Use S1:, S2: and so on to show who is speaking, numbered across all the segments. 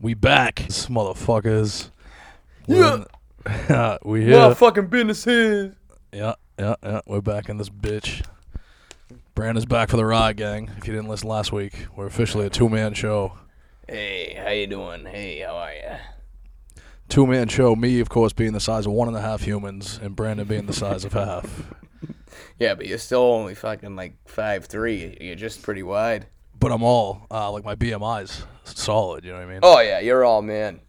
S1: We back, motherfuckers.
S2: Yeah.
S1: Yeah, we here.
S2: What fucking business is?
S1: yeah, yeah, yeah. We're back in this bitch. Brandon's back for the ride, gang. If you didn't listen last week, we're officially a two-man show.
S2: Hey, how you doing? Hey, how are ya?
S1: Two-man show. Me, of course, being the size of one and a half humans, and Brandon being the size of half.
S2: Yeah, but you're still only fucking like five three. You're just pretty wide.
S1: But I'm all uh, like my BMI's solid. You know what I mean?
S2: Oh yeah, you're all man.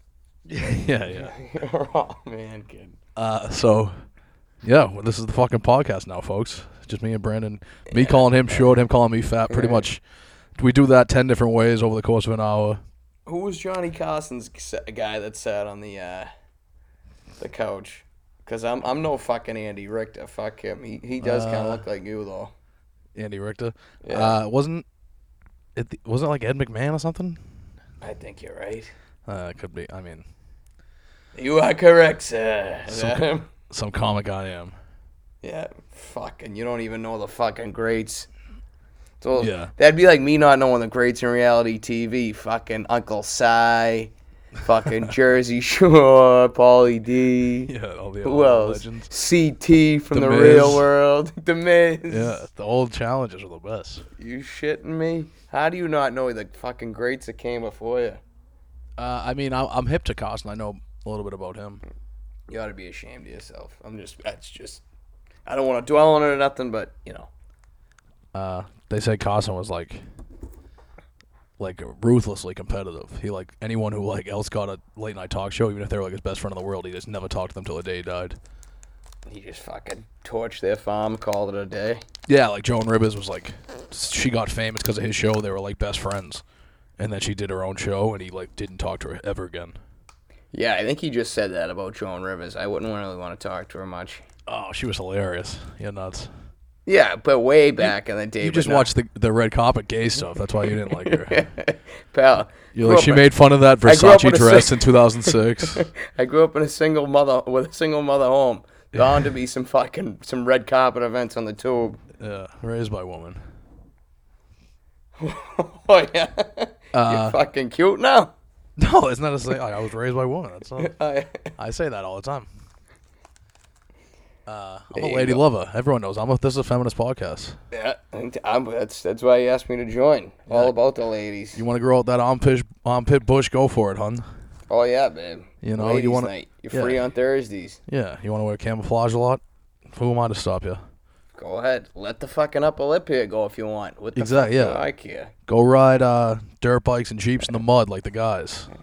S1: yeah, yeah.
S2: You're all man, kid.
S1: Uh, so, yeah, well, this is the fucking podcast now, folks. Just me and Brandon. Me calling him short, him calling me fat. Pretty much, we do that ten different ways over the course of an hour.
S2: Who was Johnny Carson's s- guy that sat on the uh, the couch? Cause I'm I'm no fucking Andy Richter. Fuck him. He he does kind of look like you though.
S1: Andy Richter.
S2: Yeah.
S1: Uh, wasn't it? the- Wasn't it like Ed McMahon or something?
S2: I think you're right.
S1: Uh, it could be. I mean,
S2: You are correct, sir. Is that him?
S1: some comic I am.
S2: Yeah, fucking. You don't even know the fucking greats. So
S1: Yeah.
S2: that'd be like me not knowing the greats in reality TV. Fucking Uncle Si, fucking Jersey Shore, Paulie D.
S1: Yeah, all the
S2: Who else?
S1: legends.
S2: CT from
S1: The
S2: the,
S1: Miz.
S2: real world. The Miz.
S1: Yeah, the old challenges are the best.
S2: You shitting me? How do you not know the fucking greats that came before you?
S1: Uh, I mean, I, I'm hip to Carson. I know a little bit about him.
S2: You ought to be ashamed of yourself. I'm just. That's just. I don't want to dwell on it or nothing, but you know.
S1: uh, they said Carson was like like ruthlessly competitive. He like anyone who like else got a late night talk show, even if they were like his best friend in the world, he just never talked to them till the day he died.
S2: He just fucking torched their farm, called it a day.
S1: Yeah, like Joan Rivers was like she got famous because of his show. They were like best friends, and then she did her own show, and he like didn't talk to her ever again.
S2: Yeah, I think he just said that about Joan Rivers. I wouldn't really want to talk to her much.
S1: Oh, she was hilarious. Yeah, nuts.
S2: Yeah, but way back in the day,
S1: You
S2: but
S1: just
S2: not-
S1: watched the the red carpet gay stuff. That's why you didn't like her.
S2: pal.
S1: You're
S2: grew
S1: like
S2: up
S1: she
S2: in-
S1: made fun of that
S2: I grew up
S1: Versace
S2: with a
S1: dress
S2: sick-
S1: in 2006.
S2: I grew up in a single mother with a single mother home. Bound to be some fucking some red carpet events on the tube.
S1: yeah, raised by a woman.
S2: Oh yeah, you're fucking cute now. Oh,
S1: No, it's not a say. I was raised by a woman. That's not.
S2: I-
S1: I say that all the time. Uh, I'm
S2: There
S1: a
S2: you
S1: lady
S2: go.
S1: lover. Everyone knows. I'm a, this is a feminist podcast.
S2: yeah, and I'm, that's that's why he asked me to join. All about the ladies.
S1: You want to grow out that armpit, armpit bush? Go for it, hun.
S2: oh yeah, babe.
S1: You know, you
S2: ladies
S1: wanna-
S2: night. You're
S1: yeah.
S2: free on Thursdays.
S1: Yeah. You want to wear camouflage a lot? Who am I to stop you?
S2: Go ahead. Let the fucking upper lip here go if you want. What the
S1: Exact-
S2: fuck do
S1: yeah.
S2: I care?
S1: Go ride uh, dirt bikes and jeeps in the mud like the guys.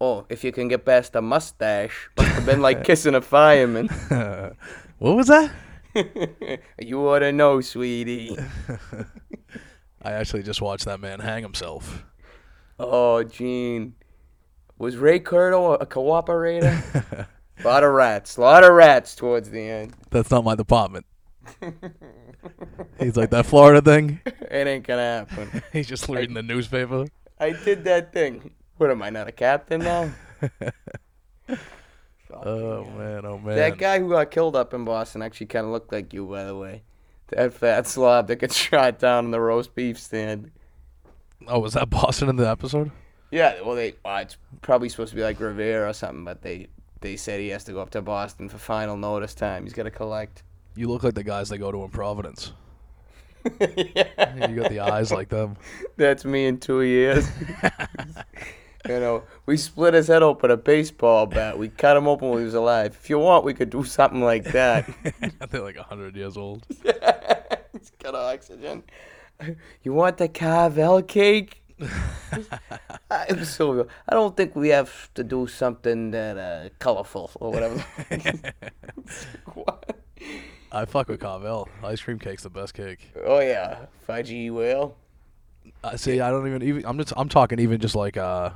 S2: Oh, if you can get past the mustache, must have been like kissing a fireman.
S1: What was that?
S2: you ought to know, sweetie.
S1: I actually just watched that man hang himself.
S2: Oh, Gene. Was Ray Curto a cooperator? a lot of rats. A lot of rats towards the end.
S1: That's not my department. He's like that Florida thing.
S2: It ain't going to happen.
S1: He's just reading the newspaper.
S2: I did that thing. What am I, not a captain now?
S1: Oh man, oh man.
S2: That guy who got killed up in Boston actually kind of looked like you, by the way. That fat slob that gets shot down in the roast beef stand.
S1: Oh, was that Boston in the episode?
S2: Yeah, well, they uh, it's probably supposed to be like Rivera or something, but they they said he has to go up to Boston for final notice time. He's got to collect.
S1: You look like the guys they go to in Providence.
S2: yeah,
S1: You got the eyes like them.
S2: that's me in two years. you know, we split his head open with a baseball bat. We cut him open when he was alive. If you want, we could do something like that.
S1: They're like 100 years old.
S2: He's got oxygen. You want the Carvel cake? I'm so. I don't think we have to do something that uh, colorful or whatever. What?
S1: I fuck with Carvel. Ice cream cake's the best cake.
S2: Oh yeah, fudgy whale.
S1: I see. I don't even even. I'm just. I'm talking even just like uh,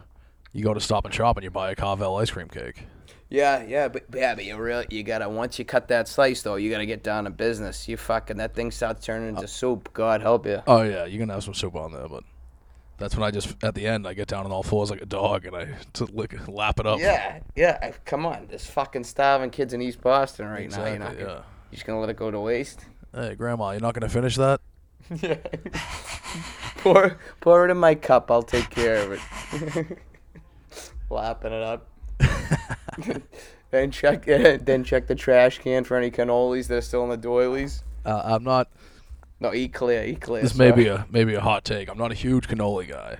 S1: you go to Stop and Shop and you buy a Carvel ice cream cake.
S2: Yeah, yeah, but yeah, but you really you gotta once you cut that slice though, you gotta get down to business. You fucking that thing starts turning into soup. God help you.
S1: Oh yeah, you're gonna have some soup on there, but that's when I just at the end I get down on all fours like a dog and I t- lick, lap it up.
S2: Yeah, yeah. I- Come on, there's fucking starving kids in East Boston right
S1: Exactly.
S2: now. You're not.
S1: yeah.
S2: You're just gonna let it go to waste.
S1: Hey, Grandma, you're not gonna finish that?
S2: Yeah. pour pour it in my cup. I'll take care of it. lapping it up. then check then check the trash can for any cannolis that are still in the doilies.
S1: Uh, I'm not.
S2: No, eat E. clear, eat clear.
S1: This may be a maybe a hot take. I'm not a huge cannoli guy.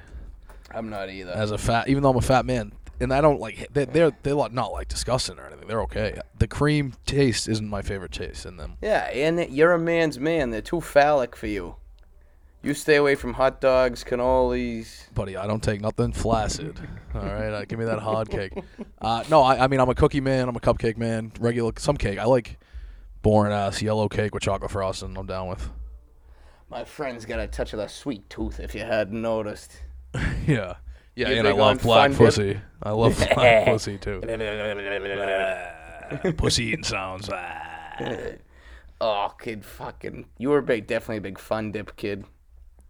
S2: I'm not either.
S1: As a fat, even though I'm a fat man, and I don't like they, they're they're like, not like disgusting or anything. They're okay. The cream taste isn't my favorite taste in them.
S2: yeah, and you're a man's man. They're too phallic for you. You stay away from hot dogs, cannolis.
S1: buddy. I don't take nothing flaccid. All right, uh, give me that hard cake. Uh, no, I, I mean I'm a cookie man. I'm a cupcake man. Regular some cake. I like boring ass yellow cake with chocolate frosting. I'm down with.
S2: My friend's got a touch of the sweet tooth, if you hadn't noticed.
S1: yeah, yeah,
S2: You
S1: and I
S2: big
S1: love
S2: on
S1: black
S2: fun dip?
S1: pussy. I love black pussy too. pussy eating sounds.
S2: Oh, kid, fucking, you were big, definitely a big fun dip kid.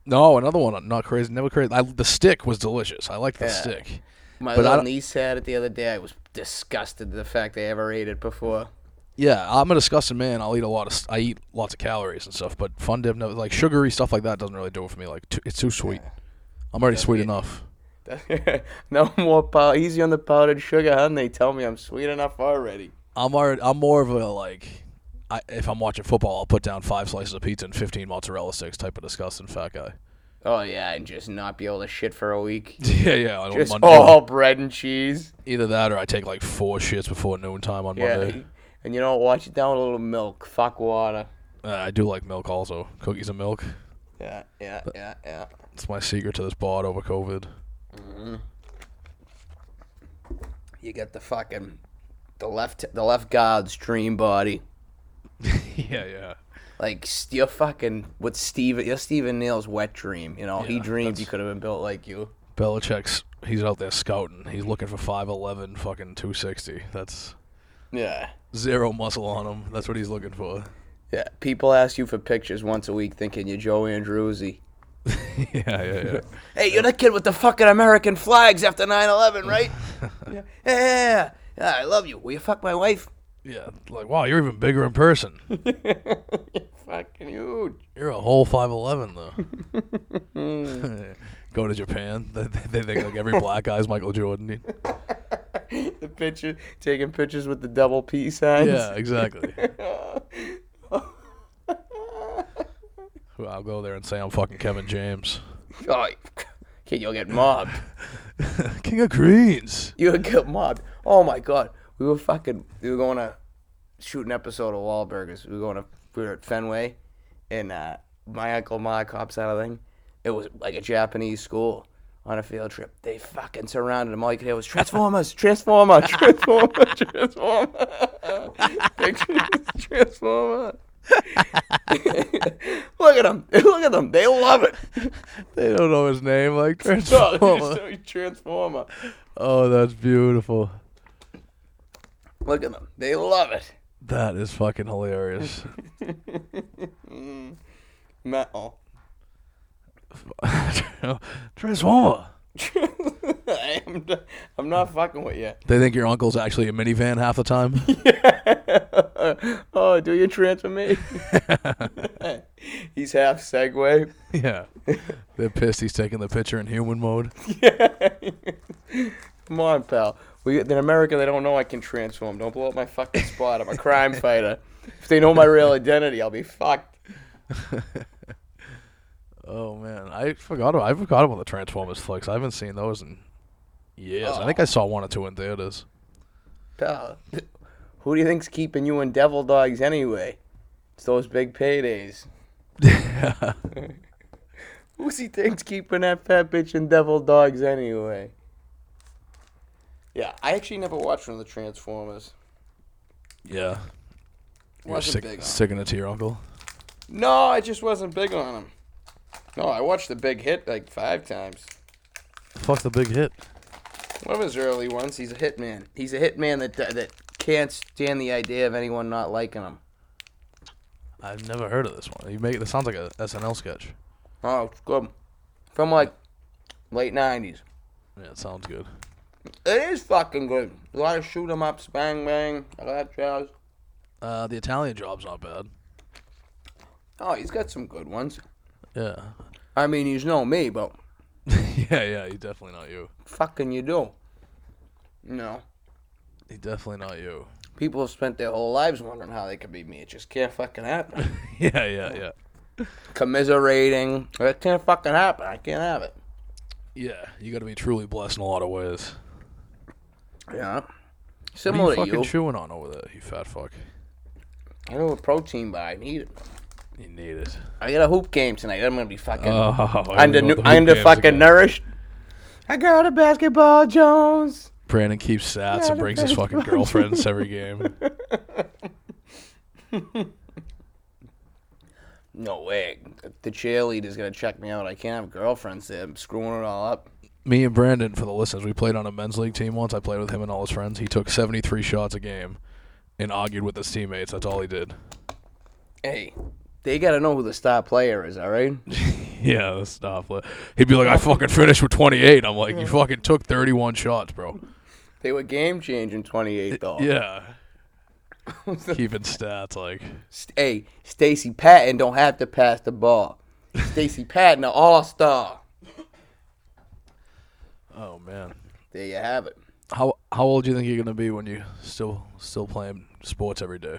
S1: No, another one. I'm not crazy. Never crazy. I, the stick was delicious. I liked the stick.
S2: My
S1: But I
S2: little
S1: don't-
S2: niece had it the other day. I was disgusted at the fact I ever ate it before.
S1: Yeah, I'm a disgusting man. I'll eat a lot of. s- I eat lots of calories and stuff, but fun dip, no, like sugary stuff like that, doesn't really do it for me. Like too, it's too sweet. I'm already sweet enough.
S2: no more pow- easy on the powdered sugar, huh? And they tell me I'm sweet enough already.
S1: I'm already. I'm more of a like. I, if I'm watching football, I'll put down five slices of pizza and 15 mozzarella sticks type of disgusting fat guy.
S2: Oh yeah, and just not be able to shit for a week.
S1: Yeah, yeah. On
S2: Just
S1: Monday,
S2: all bread and cheese.
S1: Either that or I take like four shits before noontime on
S2: Yeah,
S1: Monday.
S2: and you know, what? wash it down with a little milk. Fuck water.
S1: Uh, I do like milk also. Cookies and milk.
S2: Yeah, yeah, yeah, yeah.
S1: It's my secret to this bod over COVID.
S2: You got the fucking the left the left guard's dream body.
S1: yeah, yeah.
S2: Like s- you're fucking with Steve. You're Steven Neal's wet dream. You know, he
S1: Yeah,
S2: dreamed he could have been built like you.
S1: Belichick's he's out there scouting. He's looking for 5'11 fucking 260. That's
S2: Yeah.
S1: zero muscle on him. That's what he's looking for.
S2: Yeah, people ask you for pictures once a week thinking you're Joe Andrewsy.
S1: yeah, yeah, yeah.
S2: Hey, you're the kid with the fucking American flags after 9 11, right? yeah. yeah. Yeah, I love you. Will you fuck my wife?
S1: Yeah, like wow, you're even bigger in person.
S2: Fucking huge.
S1: You're a whole 5'11 though. Go to Japan. They, they they think like every black guy's Michael Jordan.
S2: The picture, taking pictures with the double P signs.
S1: Yeah, exactly. Well, I'll go there and say I'm fucking Kevin James.
S2: Oh, kid, you'll get mobbed.
S1: King of Greens.
S2: You'll get mobbed. Oh my God. We were fucking, we were going to shoot an episode of Wahlburgers. We were going to, we were at Fenway, and uh, my uncle Mark hops out of the thing. It was like a Japanese school on a field trip. They fucking surrounded him. All you could hear was Transformers, Transformer, Transformer, Transformer. Pictures, Transformer. Look at them. Look at them. They love it.
S1: They don't know his name. Like
S2: Oh,
S1: Transformer.
S2: so Transformer.
S1: Oh, that's beautiful.
S2: Look at them. They love it.
S1: That is fucking hilarious.
S2: Metal.
S1: Transformer.
S2: I am, d- I'm not fucking with you.
S1: They think your uncle's actually a minivan half the time.
S2: oh, do you transfer me? He's half Segway.
S1: yeah. They're pissed he's taking the picture in human mode.
S2: Come on, pal. We in America they don't know I can transform. Don't blow up my fucking spot. I'm a crime fighter. If they know my real identity, I'll be fucked.
S1: Oh man, I forgot. I forgot about the Transformers flicks. I haven't seen those in years. I think I saw one or two in theaters.
S2: Pal, who do you think's keeping you in devil dogs anyway? It's those big paydays. Who's he thinks keeping that fat bitch in devil dogs anyway? Yeah, I actually never watched one of the Transformers.
S1: Yeah. You're
S2: Wasn't
S1: sick-
S2: big on.
S1: sticking it to your uncle.
S2: No, I just wasn't big on them. No, I watched the big hit like five times.
S1: Fuck the big hit.
S2: One of his early ones, he's a hitman. He's a hitman that that can't stand the idea of anyone not liking him.
S1: I've never heard of this one. You make this sounds like a SNL sketch.
S2: Oh, it's good. From like late '90s.
S1: Yeah, it sounds good.
S2: It is fucking good. A lot of shoot 'em ups, bang bang, all that jazz.
S1: Uh, the Italian job's not bad.
S2: Oh, he's got some good ones.
S1: Yeah.
S2: I mean, he's no me, but
S1: yeah, yeah. You definitely not you.
S2: fucking you do. No.
S1: He's definitely not you.
S2: People have spent their whole lives wondering how they could be me. It just can't fucking happen.
S1: yeah, yeah, yeah.
S2: Commiserating. It can't fucking happen. I can't have it.
S1: Yeah, you got to be truly blessed in a lot of ways.
S2: Yeah.
S1: What are you
S2: Similar to
S1: fucking
S2: you.
S1: chewing on over there, you fat fuck?
S2: I know a protein, but I need it.
S1: You need it.
S2: I got a hoop game tonight. I'm gonna be fucking.
S1: Oh,
S2: I'm the, nu- I'm the fucking nourished. I got a basketball, Jones.
S1: Brandon keeps sats and brings his fucking girlfriends every game.
S2: No way. If The cheerleader's gonna check me out. I can't have girlfriends there. I'm screwing it all up.
S1: Me and Brandon, for the listeners, we played on a men's league team once. I played with him and all his friends. He took 73 shots a game and argued with his teammates. That's all he did.
S2: Hey, they gotta know who the star player is. All right.
S1: Yeah, that's not. fl- He'd be like, I fucking finished with 28. I'm like, you fucking took 31 shots, bro.
S2: They were game changing 28 though.
S1: Yeah. Keeping stats, like,
S2: St- Hey, Stacy Patton don't have to pass the ball. Stacy Patton, an all star.
S1: oh man.
S2: There you have it.
S1: How how old do you think you're gonna be when you still still playing sports every day?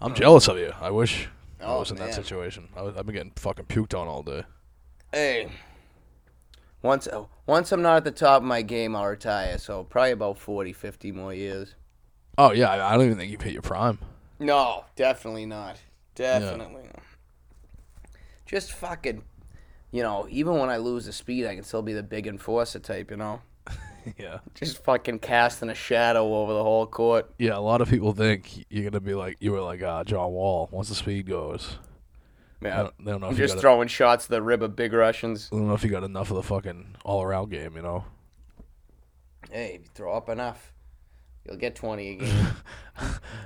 S1: I'm jealous of you. I wish I
S2: Uh, Oh,
S1: was in
S2: man.
S1: that situation. I was, I've been getting fucking puked on all day.
S2: Hey, once oh, once I'm not at the top of my game, I'll retire. So probably about 40, 50 more years.
S1: Oh yeah, I, I don't even think you've hit your prime.
S2: No, definitely not. Definitely not. Just fucking, you know, even when I lose the speed, I can still be the big enforcer type, you know?
S1: yeah.
S2: Just fucking casting a shadow over the whole court.
S1: Yeah, a lot of people think you're gonna be like you were like uh, John Wall once the speed goes. I
S2: Yeah.
S1: don't, they don't know if
S2: I'm
S1: you
S2: just
S1: got
S2: throwing shots to the rib of big Russians.
S1: I don't know if you got enough of the fucking all around game, you know.
S2: Hey, if you throw up enough, you'll get 20 again.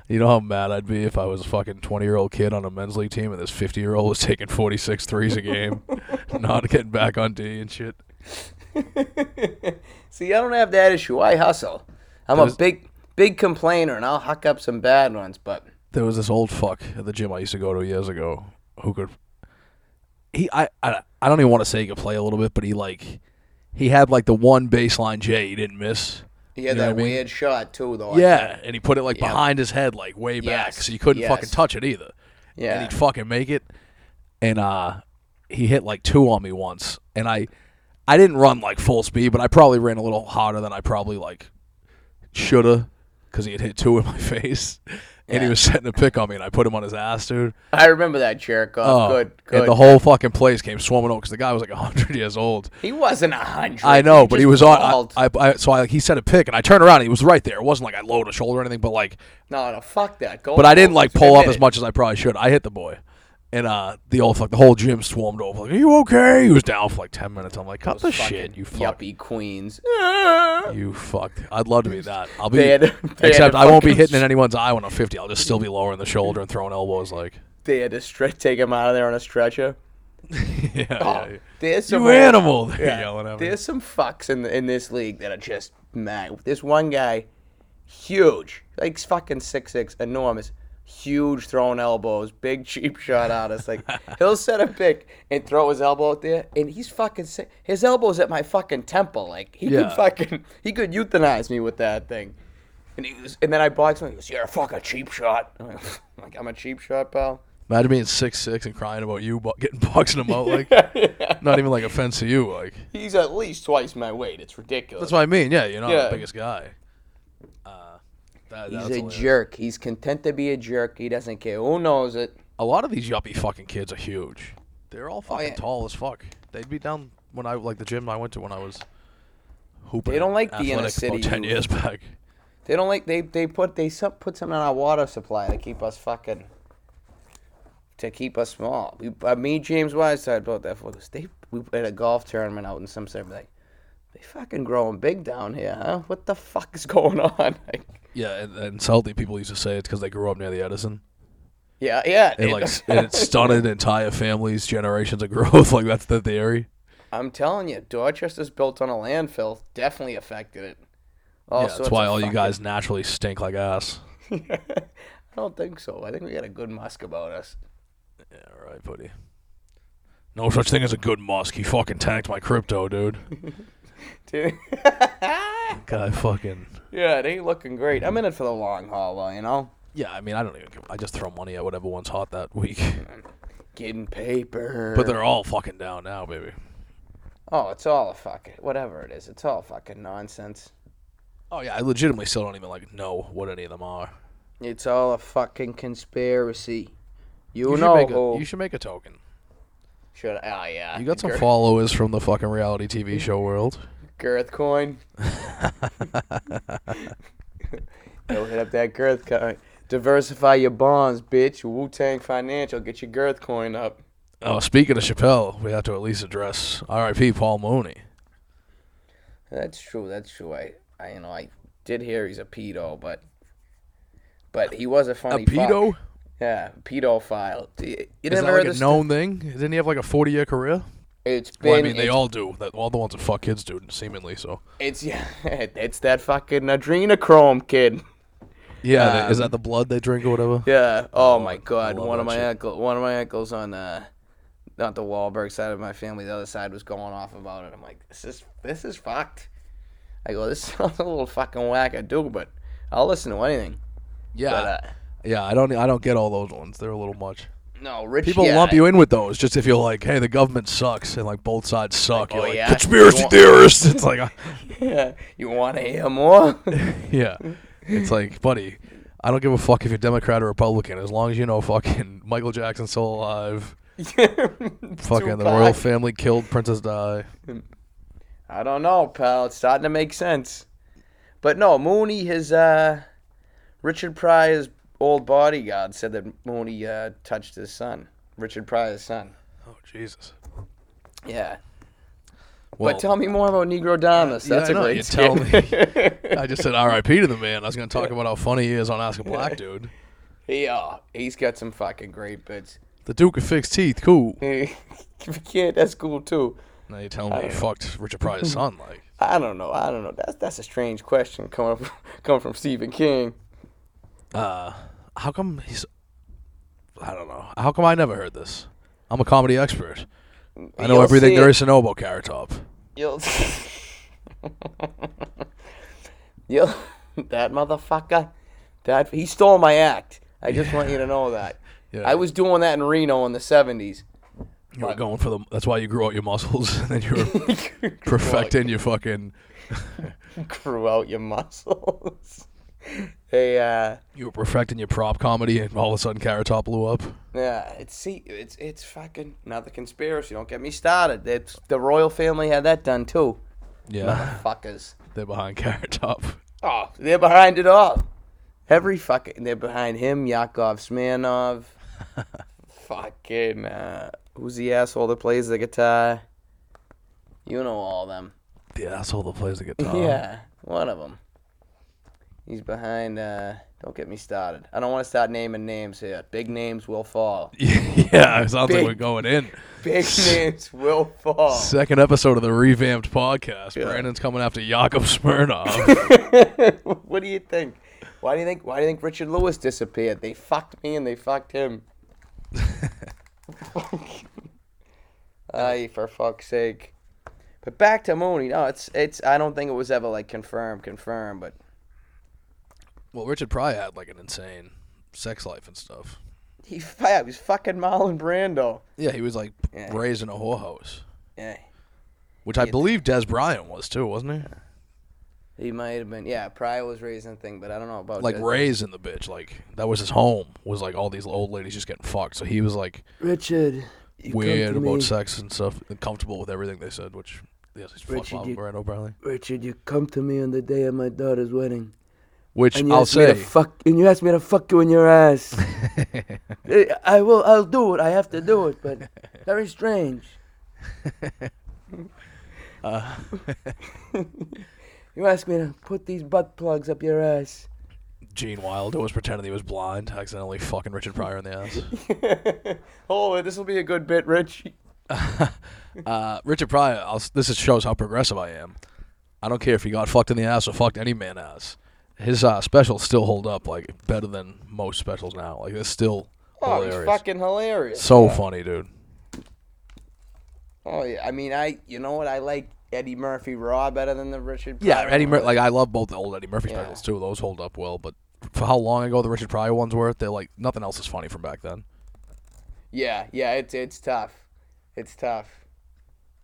S1: You know how mad I'd be if I was a fucking 20 year old kid on a men's league team and this 50 year old was taking 46 threes a game, not getting back on D and shit.
S2: See, I don't have that issue. I hustle. I'm
S1: Those-
S2: a big, big complainer, and I'll huck up some bad ones, but
S1: There was this old fuck at the gym I used to go to years ago who could. He, I, I, I don't even want to say he could play a little bit, but he like, he had like the one baseline J he didn't miss.
S2: he had
S1: You know
S2: that
S1: what I mean?
S2: weird shot, too, though. I
S1: Yeah, and he put it like behind his head, like way back,
S2: Yes,
S1: so you couldn't
S2: yes.
S1: fucking touch it either.
S2: Yeah.
S1: and he'd fucking make it. And uh, he hit like two on me once, and I, I didn't run like full speed, but I probably ran a little harder than I probably like shoulda, because he had hit two in my face, and he
S2: Yeah.
S1: was setting a pick on me, and I put him on his ass, dude.
S2: I remember that jerk off.
S1: Oh,
S2: good, good.
S1: And the whole fucking place came swarming over because the guy was like hundred years old.
S2: he wasn't a hundred.
S1: I know, but he
S2: just
S1: was on.
S2: balled.
S1: I, I, I so I like he set a pick, and I turned around, and he was right there. It wasn't like I lowered a shoulder or anything, but like
S2: no, no, fuck that. Go
S1: but I didn't
S2: for
S1: like
S2: it.
S1: pull up
S2: Admit
S1: as
S2: it.
S1: much as I probably should. I hit the boy, and uh, the old fuck, the whole gym swarmed over. Like, are you okay? He was down for like ten minutes. I'm like, cut the shit, you fuck,
S2: Yuppie queens.
S1: you fuck. I'd love to be that. I'll be,
S2: They had- they had
S1: except
S2: a
S1: I won't be
S2: fucking
S1: hitting in anyone's eye when I'm 50. I'll just still be lowering the shoulder and throwing elbows. Like,
S2: They had to stretch, take him out of there on a stretcher.
S1: yeah, yeah, yeah.
S2: There's some
S1: you animal. They're
S2: Oh, Yeah.
S1: yelling at me.
S2: There's some fucks in in this league that are just mad. This one guy, huge, like fucking six six, enormous, huge, throwing elbows, big cheap shot out. It's like he'll set a pick and throw his elbow out there, and he's fucking sick. His elbow's at my fucking temple. Like he
S1: Yeah.
S2: could fucking he could euthanize me with that thing. And he was, and then I boxed him. He goes, "You're a fucking cheap shot." I'm like, like, I'm a cheap shot, pal.
S1: Imagine being six six and crying about you bu- getting boxing them out. Like, not even like offense to you. Like,
S2: He's at least twice my weight. It's ridiculous.
S1: that's what I mean. Yeah, you're not
S2: Yeah.
S1: the biggest guy. Uh, that,
S2: He's
S1: that's
S2: a
S1: hilarious.
S2: jerk. He's content to be a jerk. He doesn't care who knows it.
S1: a lot of these yuppie fucking kids are huge. They're all fucking
S2: yeah.
S1: tall as fuck. They'd be down when I like the gym I went to when I was hooping.
S2: They don't like the
S1: athletic
S2: inner city
S1: About ten
S2: youth.
S1: years back.
S2: They don't like they they put they some, put something on our water supply to keep us fucking to keep us small. We, uh, me and James Wise talked about that for us. They we played a golf tournament out in some sort of like they fucking growing big down here, huh? What the fuck is going on? Like,
S1: Yeah, and, and Salty people used to say it's because they grew up near the Edison.
S2: yeah, yeah.
S1: It
S2: it-
S1: like s- and it stunted entire families, generations of growth. Like that's the theory.
S2: I'm telling you, Dorchester's built on a landfill. Definitely affected it. All
S1: yeah, that's
S2: sorts
S1: why
S2: of
S1: all you
S2: fucking-
S1: guys naturally stink like ass.
S2: I don't think so. I think we got a good musk about us.
S1: Yeah, right, buddy. No such thing as a good Musk. He fucking tanked my crypto, dude.
S2: Dude.
S1: God, I fucking
S2: Yeah, it ain't looking great. I'm in it for the long haul, though, you know?
S1: yeah. I mean, I don't even. give- I just throw money at whatever one's hot that week.
S2: Getting paper.
S1: But they're all fucking down now, baby.
S2: Oh, it's all a fucking whatever it is. It's all fucking nonsense.
S1: Oh yeah, I legitimately still don't even like know what any of them are.
S2: It's all a fucking conspiracy. You,
S1: You should
S2: know
S1: make a-
S2: who?
S1: you should make a token.
S2: should. Oh yeah.
S1: You got some
S2: Girth,
S1: followers from the fucking reality TV show world.
S2: girth coin. Go hit up that girth coin. Diversify your bonds, bitch. Wu Tang Financial. Get your girth coin up.
S1: Oh, speaking of Chappelle, we have to at least address R.I.P. Paul Mooney.
S2: That's true. That's true. I, I, you know, I did hear he's a pedo, but, but he was a funny.
S1: a pedo?
S2: Fuck. Yeah, pedophile. Do You,
S1: Is
S2: you never
S1: that
S2: heard
S1: like a
S2: this?
S1: known thing? Didn't he have like a 40 year career?
S2: It's been.
S1: Well, I mean, they
S2: it's-
S1: all do. That, all the ones that fuck kids do, seemingly. So,
S2: It's yeah, it's that fucking adrenochrome kid.
S1: yeah, they-
S2: um,
S1: is that the blood they drink or whatever?
S2: Yeah. Oh, my god,
S1: love
S2: one of
S1: that
S2: my
S1: shit.
S2: uncle, one of my uncles on uh, not the Wahlberg side of my family, the other side was going off about it. I'm like, this is this is fucked. I go, this sounds a little fucking whack. I do, but I'll listen to anything.
S1: Yeah,
S2: But uh,
S1: yeah. I don't, I don't get all those ones. They're a little much.
S2: no, Rich.
S1: People
S2: yeah,
S1: lump you in with those just if you're like, hey, the government sucks and like both sides suck.
S2: Like,
S1: you're
S2: oh,
S1: like
S2: yeah?
S1: conspiracy
S2: You want-
S1: theorists. It's like, uh,
S2: Yeah. You want to hear more?
S1: yeah, it's like, buddy, I don't give a fuck if you're Democrat or Republican as long as you know fucking Michael Jackson's still alive. Fucking the royal
S2: Tupac.
S1: family killed Princess Di.
S2: I don't know, pal. It's starting to make sense. But no, Mooney, his uh, Richard Pryor's old bodyguard said that Mooney uh, touched his son, Richard Pryor's son.
S1: Oh Jesus.
S2: Yeah.
S1: Well,
S2: but tell me more about Negro Damas.
S1: Yeah,
S2: That's
S1: I
S2: a
S1: know.
S2: great
S1: You
S2: skit.
S1: I just said R.I.P. to the man. I was gonna talk about how funny he is on Oscar Black, dude.
S2: yeah, he's got some fucking great bits.
S1: The Duke of Fixed Teeth, cool.
S2: If you can't, that's cool too.
S1: Now you're telling me you fucked Richard Pryor's son, like.
S2: I don't know. I don't know. That's that's a strange question coming from, coming from Stephen King.
S1: Uh, how come he's? I don't know. How come I never heard this? I'm a comedy expert. I know
S2: You'll
S1: everything
S2: see
S1: there
S2: it.
S1: is to know about Carrot Top.
S2: You'll. You'll. That motherfucker. That he stole my act. I just want you to know that.
S1: Yeah.
S2: I was doing that in Reno in the seventies.
S1: You were going for the. That's why you grew out your muscles, and then you were perfecting your fucking.
S2: Grew out your muscles. they uh
S1: You were perfecting your prop comedy, and all of a sudden, Carrot Top blew up.
S2: yeah, it's see it's it's fucking another conspiracy. Don't get me started. It's, the royal family had that done too.
S1: Yeah,
S2: Fuckers.
S1: they're behind Carrot Top.
S2: Oh, they're behind it all. Every fucking they're behind him, Yakov Smirnov. fucking uh, who's the asshole that plays the guitar? You know all them.
S1: The asshole that plays the guitar.
S2: Yeah, one of them. He's behind. Uh, don't get me started. I don't want to start naming names here. Big names will fall.
S1: yeah, it sounds like we're
S2: Big-
S1: going in.
S2: Big names will fall.
S1: Second episode of the revamped podcast. Brandon's coming after Yakov Smirnov.
S2: what do you think? Why do you think? Why do you think Richard Lewis disappeared? They fucked me and they fucked him. Aye, for fuck's sake. But back to Mooney. No, it's it's. I don't think it was ever like confirmed, confirmed. But
S1: well, Richard Pryor had like an insane sex life and stuff.
S2: he, fu- yeah, he was fucking Marlon Brando.
S1: Yeah, he was like
S2: Yeah.
S1: raised in a whorehouse,
S2: Yeah,
S1: which I believe Des Bryant was too, wasn't he?
S2: he might have been. Yeah, Pryor was raising thing, but I don't know about
S1: Like
S2: that.
S1: raised in the bitch, like that was his home. Was like all these old ladies just getting fucked. So he was like
S2: Richard. you come
S1: weird
S2: to
S1: about
S2: me.
S1: sex and stuff, and comfortable with everything they said. Which yes, he's fucked
S2: Richard,
S1: Bob
S2: you-
S1: Brando Bradley.
S2: Richard, you come to me on the day of my daughter's wedding.
S1: Which
S2: And you
S1: I'll
S2: asked me to
S1: say,
S2: fuck, and you asked me to fuck you in your ass. I- Uh, I will. I'll do it. I have to do it, but very strange. Uh. you asked me to put these butt plugs up your ass.
S1: Gene Wilder was pretending he was blind, accidentally fucking Richard Pryor in the ass.
S2: oh, this will be a good bit, Rich.
S1: Uh, Richard Pryor, I'll, s- this is- shows how progressive I am. I don't care if he got fucked in the ass or fucked any man ass. His uh, specials still hold up like better than most specials now. Like it's still
S2: Oh, it's
S1: hilarious.
S2: fucking hilarious.
S1: so funny, dude.
S2: Oh yeah, I mean, I you know what I like Eddie Murphy Raw better than the Richard.
S1: Yeah,
S2: Pryor
S1: Eddie Mur-
S2: one.
S1: like I love both the old Eddie Murphy
S2: Yeah.
S1: specials too. Those hold up well, but for how long ago the Richard Pryor ones were, they're like nothing else is funny from back then.
S2: Yeah, yeah, it's it's tough. It's tough.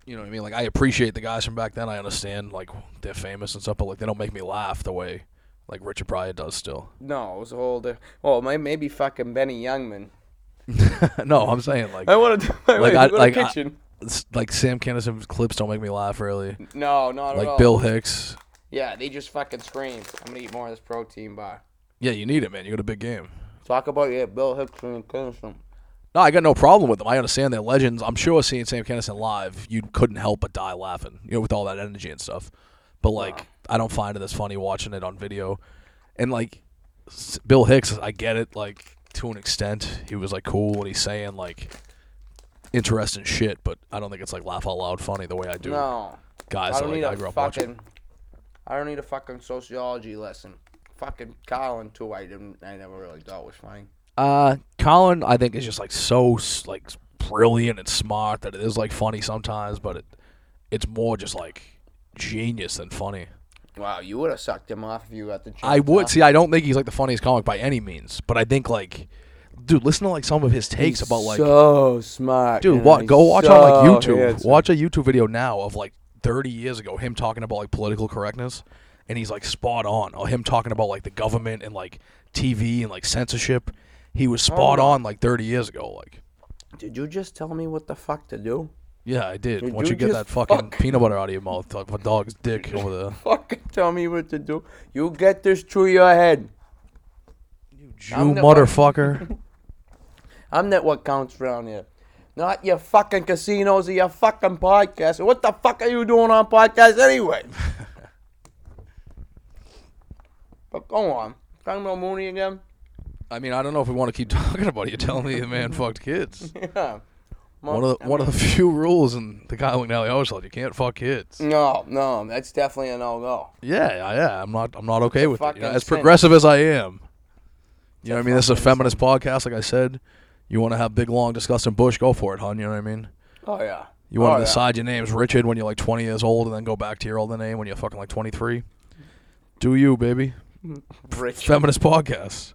S1: You know what I mean? Like I appreciate the guys from back then. I understand like they're famous and stuff, but like they don't make me laugh the way like Richard Pryor does still.
S2: No, it was older. Oh, may, maybe fucking Benny Youngman.
S1: no, I'm saying like
S2: I want to do my
S1: Like,
S2: way.
S1: I-
S2: what
S1: like, I-
S2: a kitchen.
S1: s- like Sam Kinison clips don't make me laugh really.
S2: no, not at all.
S1: Like Bill Hicks.
S2: Yeah, they just fucking scream. I'm gonna eat more of this protein bar.
S1: Yeah, you need it, man. You got a big game.
S2: Talk about yeah, Bill Hicks and Kingston.
S1: No, I got no problem with them. I understand they're legends. I'm sure seeing Sam Kinison live, you couldn't help but die laughing, you know, with all that energy and stuff. But like, I don't find it as funny watching it on video. And like, s- Bill Hicks, I get it. Like to an extent, he was like cool and he's saying like interesting shit, but I don't think it's like laugh out loud funny the way I do
S2: No,
S1: guys
S2: I
S1: that
S2: don't
S1: like
S2: need
S1: I
S2: a
S1: grew up watching.
S2: fucking. I don't need a fucking sociology lesson. Fucking Colin too. I didn't. I never really thought was funny.
S1: Uh, Colin, I think is just like so s- like brilliant and smart that it is like funny sometimes, but it it's more just like genius than funny.
S2: Wow, you would have sucked him off if you got the chance.
S1: I would
S2: huh?
S1: see. I don't think he's like the funniest comic by any means, but I think like, dude, listen to like some of his takes about like,
S2: so smart.
S1: dude,
S2: and
S1: what?
S2: he's
S1: Go watch on like
S2: so
S1: YouTube.
S2: handsome.
S1: Watch a YouTube video now of like 30 years ago him talking about like political correctness, and he's like spot on. Or him talking about like the government and like TV and like censorship. He was
S2: Oh,
S1: spot on like 30 years ago. Like,
S2: Did you just tell me what the fuck to do?
S1: yeah, I did.
S2: Dude,
S1: Once you
S2: you
S1: get
S2: just
S1: that fucking
S2: fuck-
S1: peanut butter out of your mouth, talk about dog's dick over there.
S2: Fucking tell me what to do. You get this through your head.
S1: You Jew
S2: I'm the-
S1: motherfucker.
S2: I'm not what counts around here. Not your fucking casinos or your fucking podcast. What the fuck are you doing on podcast anyway? but go on. Talking about Mooney again?
S1: I mean, I don't know if we want to keep talking about it. You're telling me the man fucked kids.
S2: Yeah. Mo-
S1: One of the, one of the few rules in the Kyle McNally always said you can't fuck kids.
S2: No, no, that's definitely a no go.
S1: Yeah, yeah, yeah. I'm not I'm not okay with it. You know,
S2: fucking
S1: as
S2: sin.
S1: progressive as I am, you know what I mean. This is a feminist podcast, like I said. You want to have big, long, disgusting bush? Go for it, hon. You know what I mean.
S2: Oh, yeah.
S1: You want
S2: Oh,
S1: to
S2: yeah.
S1: decide your name's Richard when you're like 20 years old, and then go back to your older name when you're fucking like 23. Do you, baby?
S2: Rich.
S1: Feminist podcast.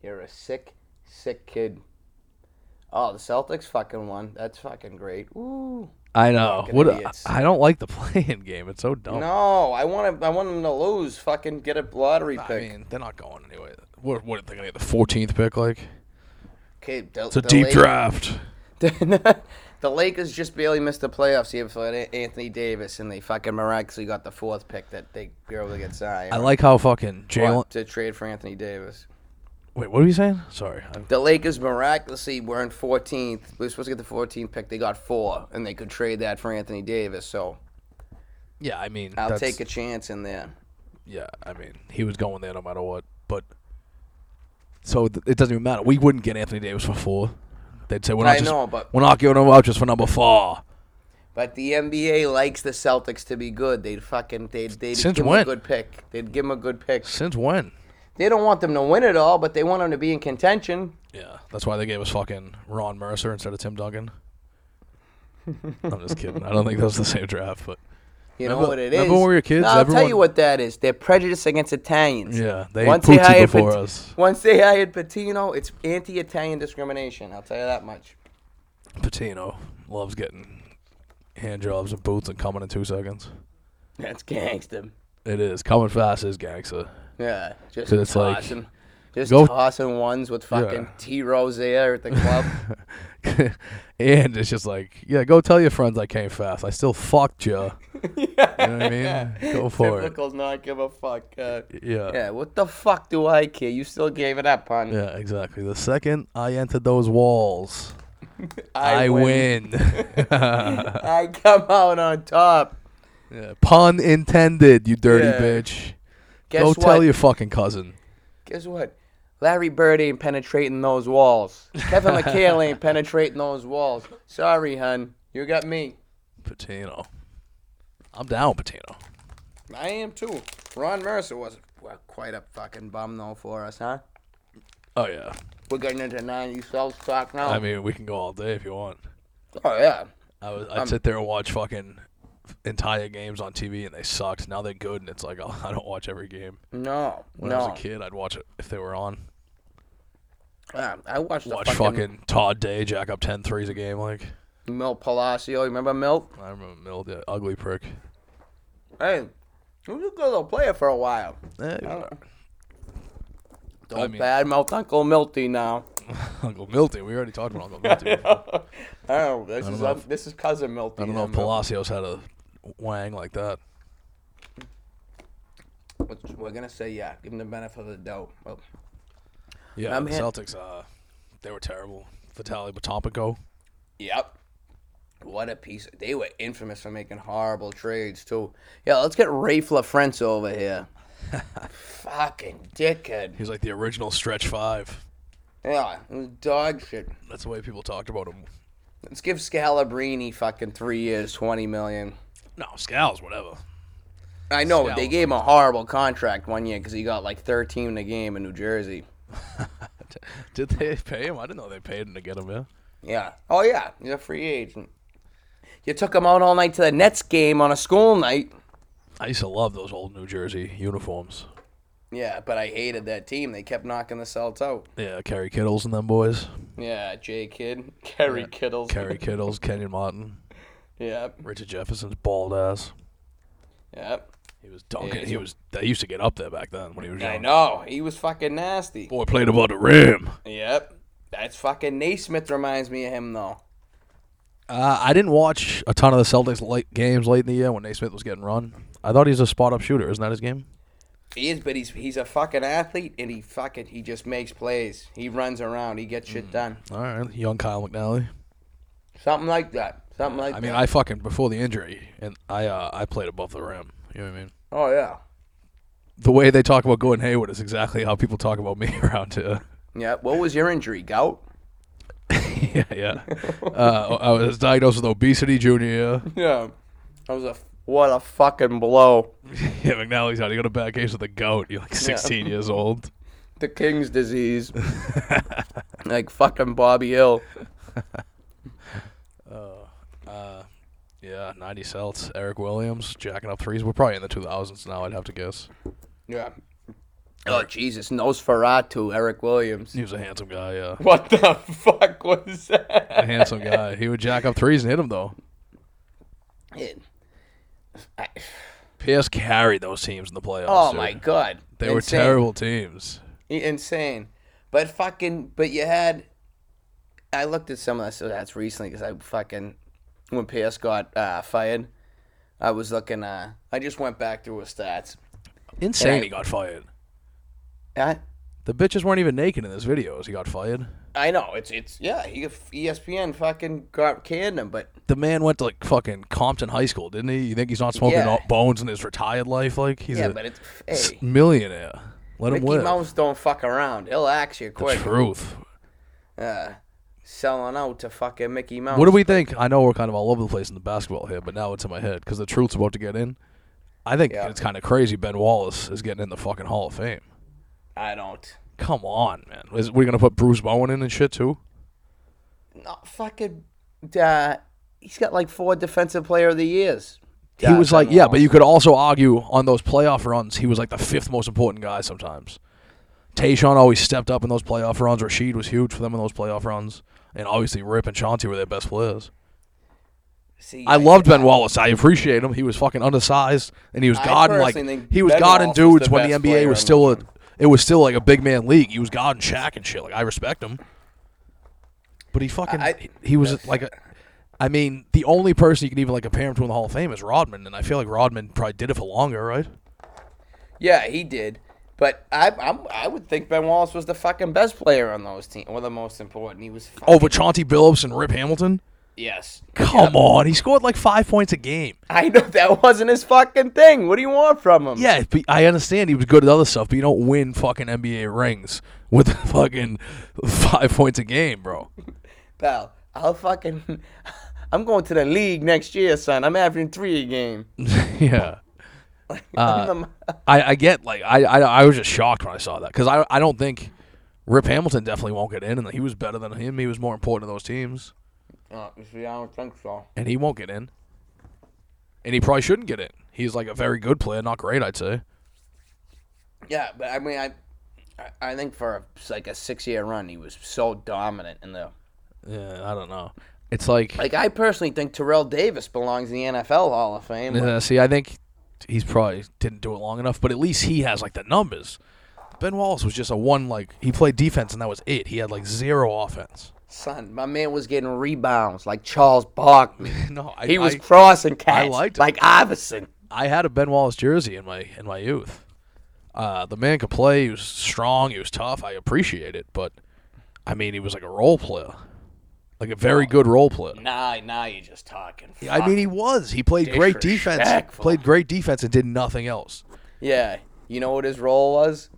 S2: You're a sick, sick kid. Oh, the Celtics fucking won. That's fucking great. Ooh.
S1: I know.
S2: Fucking
S1: What?
S2: idiots.
S1: I don't like the playing game. It's so dumb.
S2: No, I want to. I want them to lose. Fucking get a lottery pick.
S1: I mean, they're not going anyway. What? What are they gonna get the 14th pick? Like
S2: okay, del-
S1: it's a deep draft.
S2: the Lakers just barely missed the playoffs here for An- Anthony Davis, and they fucking miraculously got the fourth pick that they were able to get signed.
S1: I like how fucking Jalen.
S2: to trade for Anthony Davis.
S1: Wait, what are you saying? Sorry. I'm,
S2: The Lakers miraculously were in 14th. We were supposed to get the 14th pick. They got four, and they could trade that for Anthony Davis. So
S1: yeah, I mean,
S2: I'll
S1: that's-
S2: take a chance in there.
S1: Yeah, I mean, he was going there no matter what. But so th- it doesn't even matter. We wouldn't get Anthony Davis for four. They'd say we're not
S2: I
S1: just
S2: know, but-
S1: we're not giving him up just for number four.
S2: But the NBA likes the Celtics to be good. They'd fucking they'd they'd
S1: Since
S2: give
S1: when?
S2: them a good pick. They'd give them a good pick.
S1: Since when?
S2: They don't want them to win it all, but they want them to be in contention.
S1: Yeah, that's why they gave us fucking Ron Mercer instead of Tim Duncan. I'm just kidding. I don't think that's the same draft, but
S2: You know
S1: Remember-
S2: what it is.
S1: remember when we were kids,
S2: No, I'll tell you
S1: everyone-
S2: what that is. They're prejudice against Italians.
S1: Yeah, they
S2: they
S1: pooped it
S2: hired
S1: before us.
S2: Once they hired Patino, it's anti-Italian discrimination. I'll tell you that much.
S1: Patino loves getting hand jobs and boots and coming in two seconds.
S2: That's gangster.
S1: It is coming fast is gangster.
S2: Yeah, just
S1: So it's like,
S2: tossing, just
S1: go-
S2: tossing ones with fucking
S1: Yeah.
S2: T Rose there at the club.
S1: and it's just like, yeah, go tell your friends I came fast. I still fucked you. You know what I mean? Go for it.
S2: Typical's not give a fuck. Uh,
S1: Yeah. yeah.
S2: yeah, what the fuck do I care? You still gave it up, hon.
S1: exactly. The second I entered those walls, I, win.
S2: I come out on top.
S1: Yeah, Pun intended, you dirty
S2: Yeah.
S1: bitch.
S2: Guess
S1: go
S2: what?
S1: tell your fucking cousin.
S2: Guess what? Larry Bird ain't penetrating those walls. Kevin McHale ain't penetrating those walls. Sorry, hun. You got me.
S1: Patino. I'm down, Patino.
S2: I am too. Ron Mercer was well, quite a fucking bum though for us, huh?
S1: Oh, yeah.
S2: We're getting into 90s Celtics talk now.
S1: I mean, we can go all day if you want.
S2: oh yeah.
S1: I was, I'd sit there and watch fucking entire games on TV, and they sucked. Now they're good, and it's like oh, I don't watch every game.
S2: No,
S1: When
S2: no.
S1: I was a kid, I'd watch it if they were on.
S2: Um, I watched the
S1: Watch
S2: fucking,
S1: fucking, Todd Day jack up 10 threes a game. Like
S2: Milt Palacio. Remember Milt?
S1: I remember Mill, the ugly prick.
S2: Hey, he was a good little player for a while.
S1: Eh, he was
S2: Oh.
S1: all right.
S2: Don't
S1: mean-
S2: badmouth Uncle Milty now.
S1: Uncle Milty, we already talked about Uncle Milty. before.
S2: oh, this
S1: don't
S2: is
S1: know
S2: um,
S1: if-
S2: this is cousin Milty.
S1: I don't know if
S2: now, Milt.
S1: Palacios had a wang like that.
S2: Which We're gonna say yeah. Give him the benefit of the doubt. Well,
S1: Yeah,
S2: I'm
S1: the
S2: hit-
S1: Celtics, uh, they were terrible. Vitaly Batompico.
S2: Yep. What a piece. They were infamous for making horrible trades, too. Yeah, let's get Rafe LaFrance over here. Fucking dickhead.
S1: He was like the original stretch five.
S2: Yeah, it was dog shit.
S1: That's the way people talked about him.
S2: Let's give Scalabrini fucking three years, 20 million.
S1: No, Scals, whatever.
S2: I know, they
S1: Scalabrini.
S2: gave him a horrible contract one year because he got like 13 a game in New Jersey.
S1: Did they pay him? I didn't know they paid him to get him. Yeah.
S2: Yeah. Oh, yeah, he's a free agent. You took him out all night to the Nets game on a school night.
S1: I used to love those old New Jersey uniforms.
S2: Yeah, but I hated that team. They kept knocking the Celts out.
S1: Yeah, Kerry Kittles and them boys.
S2: Yeah, Jay Kidd, Kerry Kittles.
S1: Kerry Kittles, Kenyon Martin,
S2: Yep,
S1: Richard Jefferson's bald ass.
S2: yep.
S1: He was dunking.
S2: Yeah,
S1: he was. They used to get up there back then when he was young.
S2: I know he was fucking nasty.
S1: Boy played above the rim.
S2: Yep, that's fucking Naismith reminds me of him though.
S1: Uh, I didn't watch a ton of the Celtics late games late in the year when Naismith was getting run. I thought he was a spot up shooter. Isn't that his game?
S2: He is, but he's he's a fucking athlete, and he fucking he just makes plays. He runs around. He gets
S1: Mm.
S2: shit done.
S1: All right, young Kyle McNally.
S2: Something like that. Something like
S1: I mean,
S2: that.
S1: I fucking before the injury, and I uh, I played above the rim. You know what I mean?
S2: oh yeah.
S1: The way they talk about Gordon Hayward is exactly how people talk about me around here.
S2: Yeah. What was your injury? Gout.
S1: yeah, yeah. Uh, I was diagnosed with obesity junior year.
S2: Yeah. That was a f- what a fucking blow.
S1: Yeah, McNally's out. You got a bad case of the goat. You're like 16 years old.
S2: The King's disease. like fucking Bobby Hill.
S1: Yeah, 90 Celts. Eric Williams jacking up threes. We're probably in the 2000s now. I'd have to guess.
S2: Yeah. Oh Jesus, Nosferatu, Eric Williams.
S1: He was a handsome guy. Yeah,
S2: What the fuck was
S1: a
S2: that?
S1: handsome guy. He would jack up threes and hit them though. PS carried those teams in the playoffs.
S2: oh
S1: dude.
S2: my god,
S1: They were
S2: Insane.
S1: terrible teams.
S2: I- insane. But fucking, but you had. I looked at some of that. So that's recently because I fucking when PS got uh, fired, I was looking. Uh, I just went back through his stats.
S1: Insane.
S2: Yeah.
S1: He got fired.
S2: I,
S1: The bitches weren't even naked in this video as he got fired.
S2: I know it's it's yeah. E He, ESPN fucking got canned him, but
S1: The man went to like fucking Compton High School, didn't he? You think he's not smoking
S2: Yeah.
S1: all- bones in his retired life? Like he's
S2: yeah,
S1: a
S2: but it's hey,
S1: millionaire. Let him
S2: Mickey
S1: live.
S2: Mouse don't fuck around. He'll axe you quick.
S1: Truth.
S2: uh, selling out to fucking Mickey Mouse.
S1: What do we think? I know we're kind of all over the place in the basketball here, but now it's in my head because the truth's about to get in. I think
S2: Yeah.
S1: it's kind of crazy. Ben Wallace is getting in the fucking Hall of Fame.
S2: I don't.
S1: Come on, man. Is, we're gonna put Bruce Bowen in and shit too.
S2: Not fucking. Uh, he's got like four defensive player of the years.
S1: He was like, yeah, but you could also argue on those playoff runs, he was like the fifth most important guy sometimes. Tayshawn always stepped up in those playoff runs. Rashid was huge for them in those playoff runs, and obviously Rip and Chauncey were their best players.
S2: See,
S1: I loved Ben Wallace. I appreciate him. He was fucking undersized, and he was
S2: I
S1: guarding like
S2: personally think
S1: he was
S2: Ben
S1: guarding
S2: Wallace was
S1: dudes
S2: the
S1: when the
S2: best player
S1: NBA was
S2: on
S1: still a it was still like a big man league. He was guarding Shaq and shit. Like I respect him, but he fucking
S2: I-
S1: he- he was like a. I mean, the only person you can even like compare him to in the Hall of Fame is Rodman, and I feel like Rodman probably did it for longer, right?
S2: Yeah, he did. But I, I'm, I would think Ben Wallace was the fucking best player on those teams, or the most important. He was. Fucking,
S1: Oh, but Chauncey Billups and Rip Hamilton.
S2: yes.
S1: Come on, he scored like five points a game.
S2: I know that wasn't his fucking thing. What do you want from him?
S1: Yeah, but I understand he was good at other stuff, but you don't win fucking NBA rings with fucking five points a game, bro.
S2: pal. I'll fucking. I'm going to the league next year, son. I'm averaging three a game.
S1: yeah. Uh,
S2: I'm the-
S1: I, I get like I, I I was just shocked when I saw that because I I don't think Rip Hamilton definitely won't get in and he was better than him. He was more important to those teams.
S2: Uh, you see, I don't think so.
S1: and he won't get in. And he probably shouldn't get in. He's like a very good player, not great, I'd say.
S2: Yeah, but I mean, I, I- I think for like a six-year run, he was so dominant in the.
S1: Yeah, I don't know. It's like,
S2: Like I personally think Terrell Davis belongs in the NFL Hall of Fame. but
S1: Yeah, Uh, see, I think he's probably didn't do it long enough, but at least he has like the numbers. Ben Wallace was just a one like he played defense and that was it. He had like zero offense.
S2: Son, my man was getting rebounds like Charles Barkley.
S1: No, I
S2: He was
S1: I,
S2: crossing catch
S1: liked it.
S2: like Iverson.
S1: I had a Ben Wallace jersey in my in my youth. Uh, the man could play. He was strong. He was tough. I appreciate it, but I mean, he was like a role player, like a very good role player.
S2: Nah, nah, you're just talking.
S1: I mean, he was. He played great defense.
S2: Disrespectful.
S1: Played great defense and did nothing else.
S2: yeah, you know what his role was?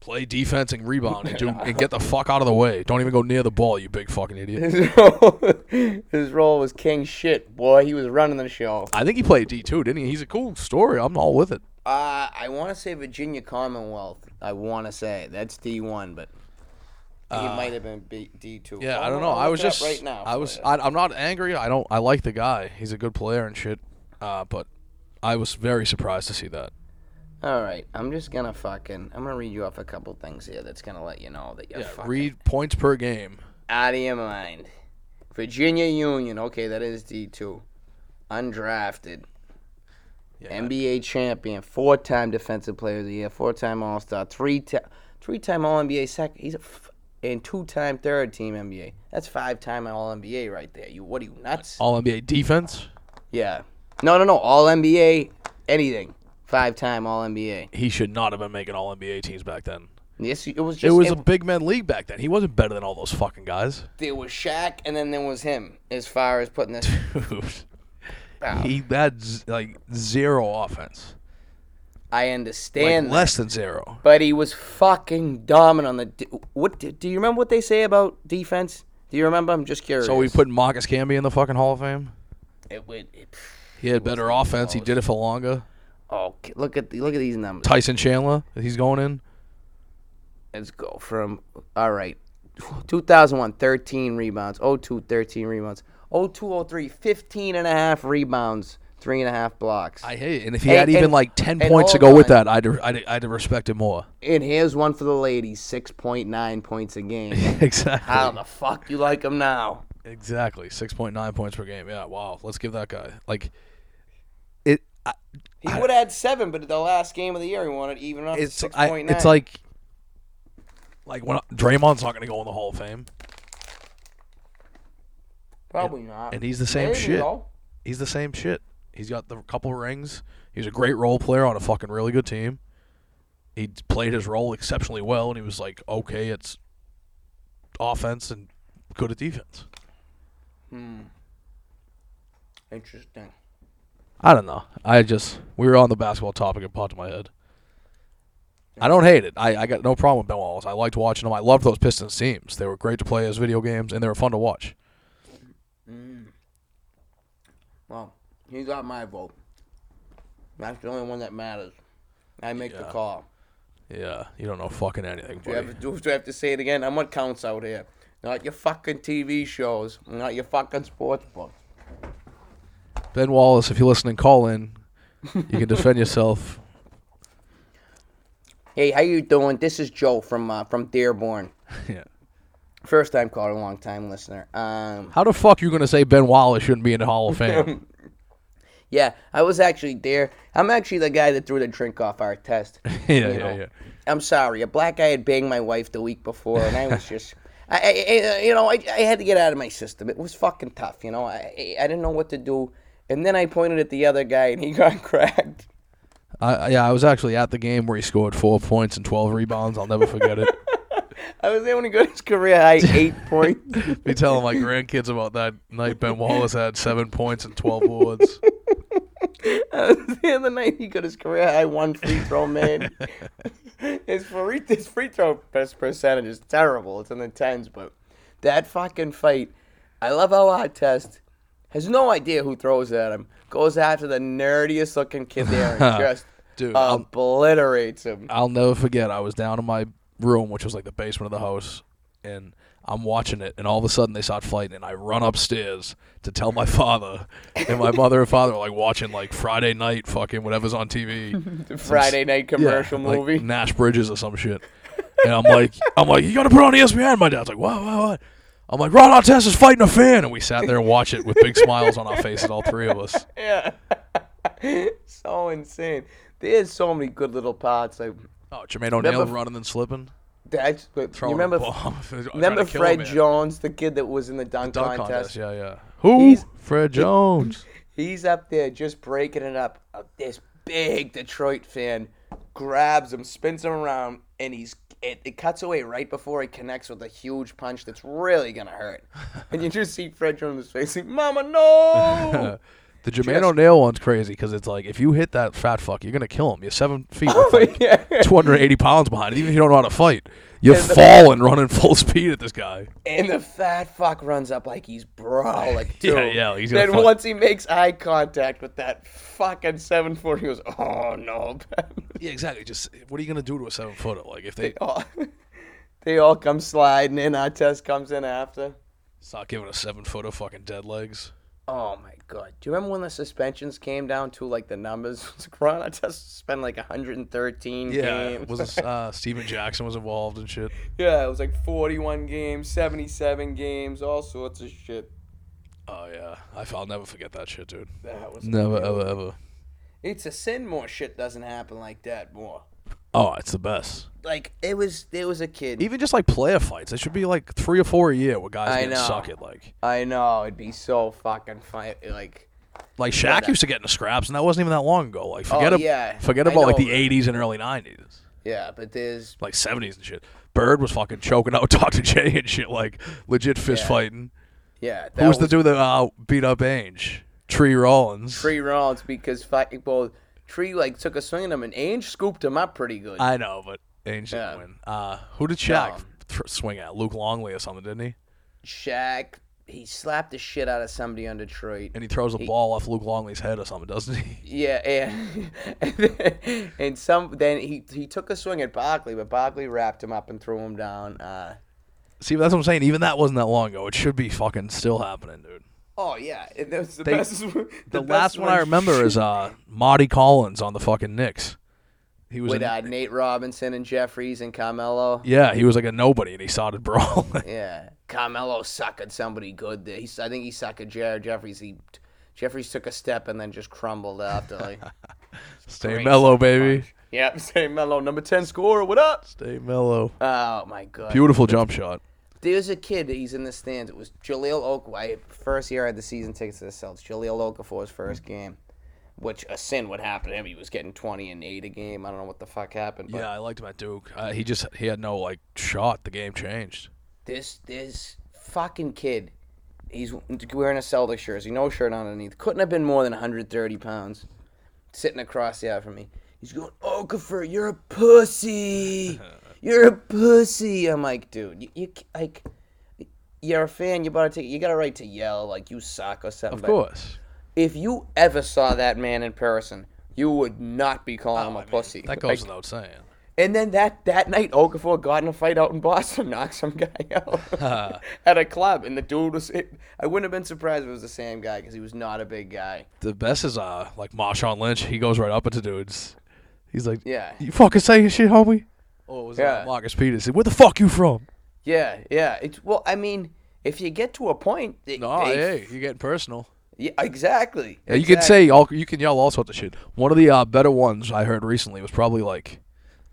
S1: Play defense and rebound and, do, and get the fuck out of the way. Don't even go near the ball, you big fucking idiot.
S2: His role, his role was king shit, boy. He was running the show.
S1: I think he played D two, didn't he? He's a cool story. I'm all with it.
S2: Uh, I want to say Virginia Commonwealth. I want to say that's D1, but he might have been B- D2.
S1: Uh, Yeah,
S2: I'm
S1: I don't
S2: gonna
S1: know. I
S2: look
S1: was
S2: it up
S1: just
S2: right now.
S1: I
S2: for
S1: was
S2: you.
S1: I, I'm not angry. I don't I like the guy. He's a good player and shit. Uh, but I was very surprised to see that.
S2: All right, I'm just gonna fucking. I'm gonna read you off a couple things here that's gonna let you know that you're
S1: Yeah,
S2: fucking
S1: read points per game.
S2: out of your mind. Virginia Union. Okay, that is D2. Undrafted.
S1: Yeah.
S2: NBA champion, four-time defensive player of the year, four-time All-Star, three ti three-time All-NBA second. He's a f- and two-time third-team NBA. That's five-time All-NBA right there. You what are you nuts?
S1: All NBA defense.
S2: Yeah. No, no, no. All-NBA anything. Five-time All-NBA.
S1: He should not have been making All NBA teams back then.
S2: Yes, it was just
S1: It was
S2: it-
S1: a big man league back then. He wasn't better than all those fucking guys.
S2: there was Shaq and then there was him as far as putting this out.
S1: he had z- like zero offense,
S2: I
S1: like
S2: understand that.
S1: less than zero.
S2: But he was fucking dominant on the. De- what do, do you remember what they say about defense? Do you remember? I'm just curious.
S1: So we put Marcus Camby in the fucking Hall of Fame.
S2: It, would it,
S1: He had better offense. He did it for longer.
S2: oh, k- look at the, look at these numbers.
S1: Tyson Chandler, he's going in.
S2: Let's go from all right, 2001 13 rebounds, 02 13 rebounds, 02 03 15 and a half rebounds, three and a half blocks.
S1: I hate it. And if he
S2: And-
S1: had even
S2: and-
S1: like ten
S2: and
S1: points to
S2: hold
S1: go with
S2: on.
S1: that, I'd I'd, I'd respect him more.
S2: and here's one for the ladies, 6.9 points a game.
S1: exactly.
S2: How the fuck you like him now?
S1: Exactly. Six point nine points per game. Yeah. Wow. Let's give that guy like it. I,
S2: He would have had seven, but at the last game of the year, he wanted even up to
S1: it's
S2: six
S1: I,
S2: point nine.
S1: it's like like when I, Draymond's not going to go in the Hall of Fame,
S2: probably not.
S1: and he's the same
S2: Maybe,
S1: shit.
S2: though.
S1: He's the same shit. He's got the couple rings. He's a great role player on a fucking really good team. He played his role exceptionally well, and he was like okay it's offense and good at defense.
S2: Interesting.
S1: I don't know. I just we were on the basketball topic and popped in my head. I don't hate it. I, I got no problem with Ben Wallace. I liked watching them. I loved those Pistons teams. They were great to play as video games, and they were fun to watch.
S2: Well, he got my vote. That's the only one that matters. I make the
S1: Yeah.
S2: call.
S1: Yeah, you don't know fucking anything,
S2: Do I,
S1: buddy.
S2: have, do, do I have to say it again? I'm what counts out here. Not your fucking TV shows. Not your fucking sports books.
S1: Ben Wallace, if you're listening, call in. You can defend yourself.
S2: Hey, how you doing? This is Joe from uh, from Dearborn.
S1: Yeah.
S2: First time caller, long time listener. Um,
S1: How the fuck you gonna say Ben Wallace shouldn't be in the Hall of Fame?
S2: yeah, I was actually there. I'm actually the guy that threw the drink off our test.
S1: yeah,
S2: know.
S1: yeah, yeah.
S2: I'm sorry. A black guy had banged my wife the week before, and I was just, I, I- I- you know, I, I had to get out of my system. It was fucking tough, you know. I, I- I didn't know what to do, and then I pointed at the other guy, and he got cracked.
S1: I, yeah, I was actually at the game where he scored four points and twelve rebounds. I'll never forget it.
S2: I was able to go to his career high eight points.
S1: Be telling my grandkids about that night Ben Wallace had seven points and twelve boards.
S2: I was there the night he got his career high one free throw made. his free his free throw best percentage is terrible. It's in the tens, but that fucking fight. I love how our test has no idea who throws at him. Goes after the nerdiest looking kid there and just
S1: Dude, I'm-
S2: obliterates him.
S1: I'll never forget. I was down in my room, which was like the basement of the house, and I'm watching it, and all of a sudden they start fighting, and I run upstairs to tell my father, and my mother and father are like watching like Friday night fucking whatever's on TV,
S2: Friday night commercial
S1: like
S2: movie.
S1: Nash Bridges or some shit. And I'm like, I'm like, you gotta put it on E ESPN. My dad's like, what, what, what? I'm like, Ron Artest is fighting a fan, and we sat there and watched it with big smiles on our faces, all three of us.
S2: yeah. so insane. There's so many good little parts. Like
S1: Oh, Jermaine O'Neal
S2: Remember-
S1: running and slipping,
S2: that's but you
S1: throwing
S2: remember
S1: a bomb, trying to
S2: remember
S1: kill a
S2: Fred
S1: man.
S2: Jones, the kid that was in the dunk,
S1: Dunk
S2: contest.
S1: contest, yeah, yeah. Who?
S2: He's-
S1: Fred Jones.
S2: He's up there just breaking it up. Uh, This big Detroit fan grabs him, spins him around, and he's it, it cuts away right before he connects with a huge punch that's really gonna hurt. and you just see Fred Jones' face like, "Mama, no!"
S1: The Jermaine O'Neal one's crazy because it's like if you hit that fat fuck, you're gonna kill him. You're seven feet,
S2: Oh
S1: with like
S2: yeah.
S1: 280 pounds behind. it. Even if you don't know how to fight, you're
S2: And the-
S1: falling, running full speed at this guy.
S2: And the fat fuck runs up like he's bro, like dude.
S1: Yeah, yeah, like he's gonna
S2: then
S1: fuck-
S2: once he makes eye contact with that fucking seven foot, he goes, "Oh no!"
S1: Yeah, exactly. Just what are you gonna do to a seven footer? Like if they
S2: Oh. they all come sliding in. Artest comes in after.
S1: start giving a seven footer fucking dead legs.
S2: Oh my god! Do you remember when the suspensions came down to like the numbers? It's like Ron Artest spent like 113
S1: Yeah,
S2: games.
S1: was uh, Steven Jackson was involved and shit.
S2: yeah, it was like 41 games, 77 games, all sorts of shit.
S1: Oh yeah, I, will never forget that shit, dude.
S2: That was.
S1: Never ever ever.
S2: It's a sin more shit doesn't happen like that more.
S1: Oh, it's the best.
S2: Like it was, there was a kid.
S1: Even just like player fights, it should be like three or four a year where guys
S2: I
S1: get
S2: know.
S1: suck it. Like
S2: I know it'd be so fucking fun. Like
S1: Like Shaq used to get into scraps, and that wasn't even that long ago. Like forget ab-
S2: Oh, yeah.
S1: forget
S2: I
S1: about like
S2: know.
S1: the '80s and early '90s,
S2: yeah, but there's
S1: like '70s and shit. Bird was fucking choking out Dr. J and shit, like legit fist fighting.
S2: yeah.
S1: Who
S2: That
S1: was the dude that uh, beat up Ainge? Tree Rollins.
S2: three rounds because fight well, Tree like took a swing at him and Ainge scooped him up pretty good.
S1: I know, but Ainge
S2: Yeah.
S1: didn't win. Uh, who did Shaq
S2: No.
S1: th- swing at? Luke Longley or something, didn't he?
S2: Shaq, he slapped the shit out of somebody on Detroit.
S1: And he throws a ball off Luke Longley's head or something, doesn't he?
S2: yeah, and, and some then he he took a swing at Barkley, but Barkley wrapped him up and threw him down. Uh,
S1: See, but that's what I'm saying. Even that wasn't that long ago. It should be fucking still happening, dude.
S2: oh yeah, and that was the best. The,
S1: The, last
S2: best
S1: one I remember is uh, Marty Collins on the fucking Knicks. He was
S2: with
S1: in-
S2: uh, Nate Robinson and Jeffries and Carmelo.
S1: Yeah, he was like a nobody, and he started brawling.
S2: Yeah, Carmelo suckered somebody good. There. He, I think he suckered Jared Jeffries. He Jeffries took a step and then just crumbled after. Like,
S1: Stay
S2: Great
S1: mellow, baby.
S2: yep, say Melo, number ten scorer. What up?
S1: Stay mellow.
S2: Oh my god.
S1: Beautiful jump shot.
S2: There's a kid. He's in the stands. It was Jaleel Okafor. I- First year I had the season tickets to the Celtics. Jaleel Okafor's first game, which a sin would happen to him. He was getting 20 and 8 a game. I don't know what the fuck happened. But
S1: Yeah, I liked him at Duke. Uh, he just he had no like shot. The game changed.
S2: this this fucking kid, he's wearing a Celtics jersey, no shirt underneath. Couldn't have been more than 130 pounds. Sitting across the aisle from me, he's going, "Okafor, you're a pussy. You're a pussy." I'm like, dude, you, you c- like. You're a fan. You bought a ticket. You got a right to yell like you suck or something.
S1: Of
S2: but-
S1: course,
S2: if you ever saw that man in person, you would not be calling him a pussy.
S1: Oh, that
S2: Like,
S1: goes without saying.
S2: and then that, that night, Okafor got in a fight out in Boston, knocked some guy out at a club, and the dude was. It, I wouldn't have been surprised if it was the same guy because he was not a big guy.
S1: The best is uh like Marshawn Lynch. He goes right up into dudes. He's like,
S2: Yeah.
S1: you fucking say your shit, homie." Oh, it was
S2: Yeah.
S1: uh, Marcus Peters. He said, Where the fuck you from?
S2: Yeah, yeah. It's well, I mean, if you get to a point, they,
S1: No,
S2: they-
S1: Oh, hey, you're getting personal.
S2: yeah, exactly.
S1: Yeah, you can say all you can yell all sorts of shit. One of the uh, better ones I heard recently was probably like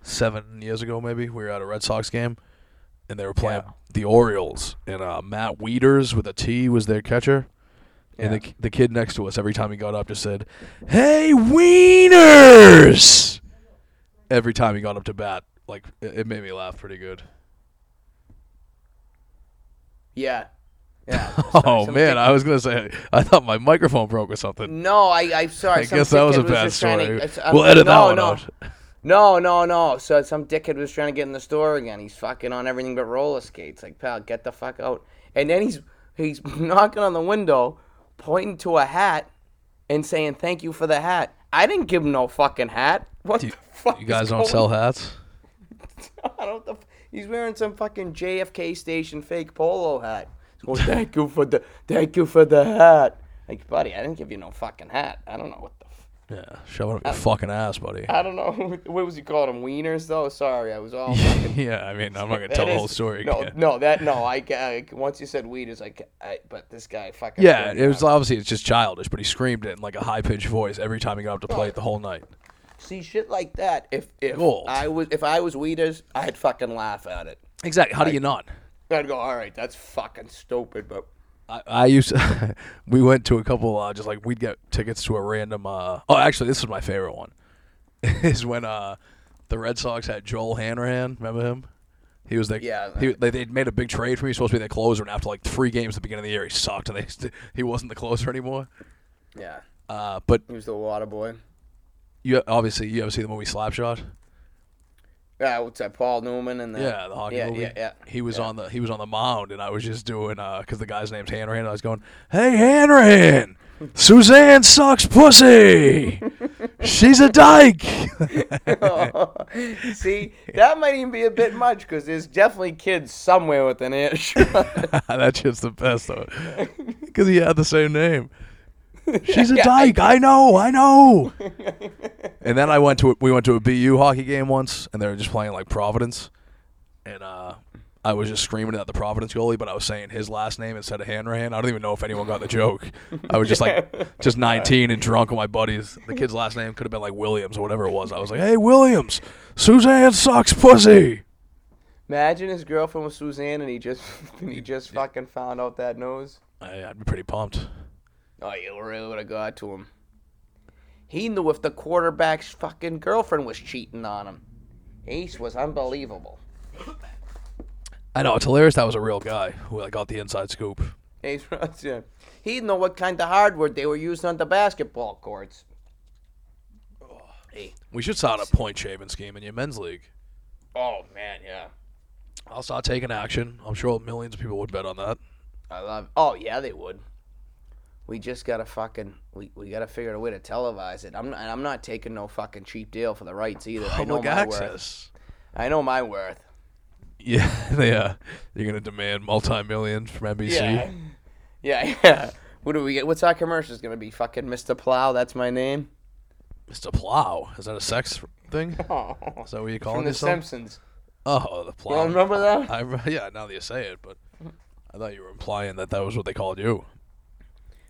S1: seven years ago, maybe. We were at a Red Sox game, and they were playing the Orioles, and uh, Matt Wieters with a T was their catcher, and the the kid next to us every time he got up just said, "Hey Wieners!" Every time he got up to bat, like it, it made me laugh pretty good.
S2: yeah, yeah.
S1: oh man, I was gonna say I thought my microphone broke or something.
S2: No, I, I'm sorry.
S1: I guess that was a bad story.
S2: uh,
S1: we'll edit that one out.
S2: No, no, no. So some dickhead was trying to get in the store again. He's fucking on everything but roller skates. Like, pal, get the fuck out. And then he's he's knocking on the window, pointing to a hat, and saying thank you for the hat. I didn't give him no fucking hat. What the fuck?
S1: You guys
S2: is
S1: don't
S2: going
S1: sell hats.
S2: I don't. The, He's wearing some fucking JFK station fake polo hat. He's going, thank you for the, thank you for the hat. Like, buddy, I didn't give you no fucking hat. I don't know what the. F-
S1: Yeah, shoving
S2: Uh,
S1: up your fucking ass, buddy.
S2: I don't know what was he called him wieners though. Sorry, I was all.
S1: yeah, I mean, I'm not gonna tell
S2: That
S1: the
S2: is-
S1: whole story.
S2: No,
S1: again.
S2: no, that no. I, I once you said wieners, I, I but this guy fucking.
S1: Yeah,
S2: threw
S1: it was obviously it's just childish, but he screamed it in like a high pitched voice every time he got up to play it the whole night.
S2: See shit like that. If if
S1: Gold.
S2: I was if I was Weeders, I'd fucking laugh at it.
S1: Exactly. How do you not?
S2: I'd go, all right, that's fucking stupid, but
S1: I, I used to, we went to a couple uh, just like we'd get tickets to a random uh, oh actually this was my favorite one is when uh, the Red Sox had Joel Hanrahan remember him he was like
S2: Yeah, I-
S1: he, they they'd made a big trade for him he was supposed to be their closer and after like three games at the beginning of the year he sucked and they st- he wasn't the closer anymore
S2: yeah,
S1: uh, but
S2: he was the water boy.
S1: you obviously you ever see the movie Slapshot
S2: Yeah, what's that? Paul Newman and the
S1: yeah the hockey
S2: yeah,
S1: movie
S2: Yeah, yeah,
S1: he was
S2: yeah.
S1: on the he was on the mound and I was just doing because the guy's name's Hanrahan and I was going hey Hanrahan Suzanne sucks pussy. She's a dyke.
S2: See, that might even be a bit much because there's definitely kids somewhere with an itch.
S1: That's just the best though, because he had the same name. She's a dyke. I know. I know. and then I went to a, we went to a BU hockey game once, and they were just playing like Providence, and uh, I was just screaming at the Providence goalie, but I was saying his last name instead of Hanrahan. I don't even know if anyone got the joke. I was just like just 19 and drunk with my buddies. The kid's last name could have been like Williams or whatever it was. I was like, hey Williams, Suzanne sucks pussy.
S2: Imagine his girlfriend was Suzanne, and he just and he just fucking found out that nose.
S1: I, I'd be pretty pumped.
S2: Oh, you really would have got to him. He knew if the quarterback's fucking girlfriend was cheating on him. Ace was unbelievable.
S1: I know it's hilarious. That was a real guy who like got the inside scoop.
S2: Ace was, yeah. He didn't know what kind of hardware they were using on the basketball courts. Hey.
S1: We should start a point shaving scheme in your men's league.
S2: Oh, man, yeah.
S1: I'll start taking action. I'm sure millions of people would bet on that.
S2: I love Oh, yeah, they would. We just gotta fucking we, we gotta figure out a way to televise it. I'm not, and I'm not taking no fucking cheap deal for the rights either. I know
S1: Public
S2: my worth.
S1: access.
S2: I know my worth.
S1: Yeah, they, uh, you're gonna demand multi-millions from NBC.
S2: Yeah. Yeah, yeah. What do we get? What's our commercials gonna be? Fucking Mr. Plow, that's my name.
S1: Mr. Plow. Is that a sex thing?
S2: Oh,
S1: Is that what you're calling
S2: from The
S1: yourself?
S2: Simpsons.
S1: oh, the plow.
S2: Well, remember that?
S1: I re- yeah. Now that you say it, but I thought you were implying that that was what they called you.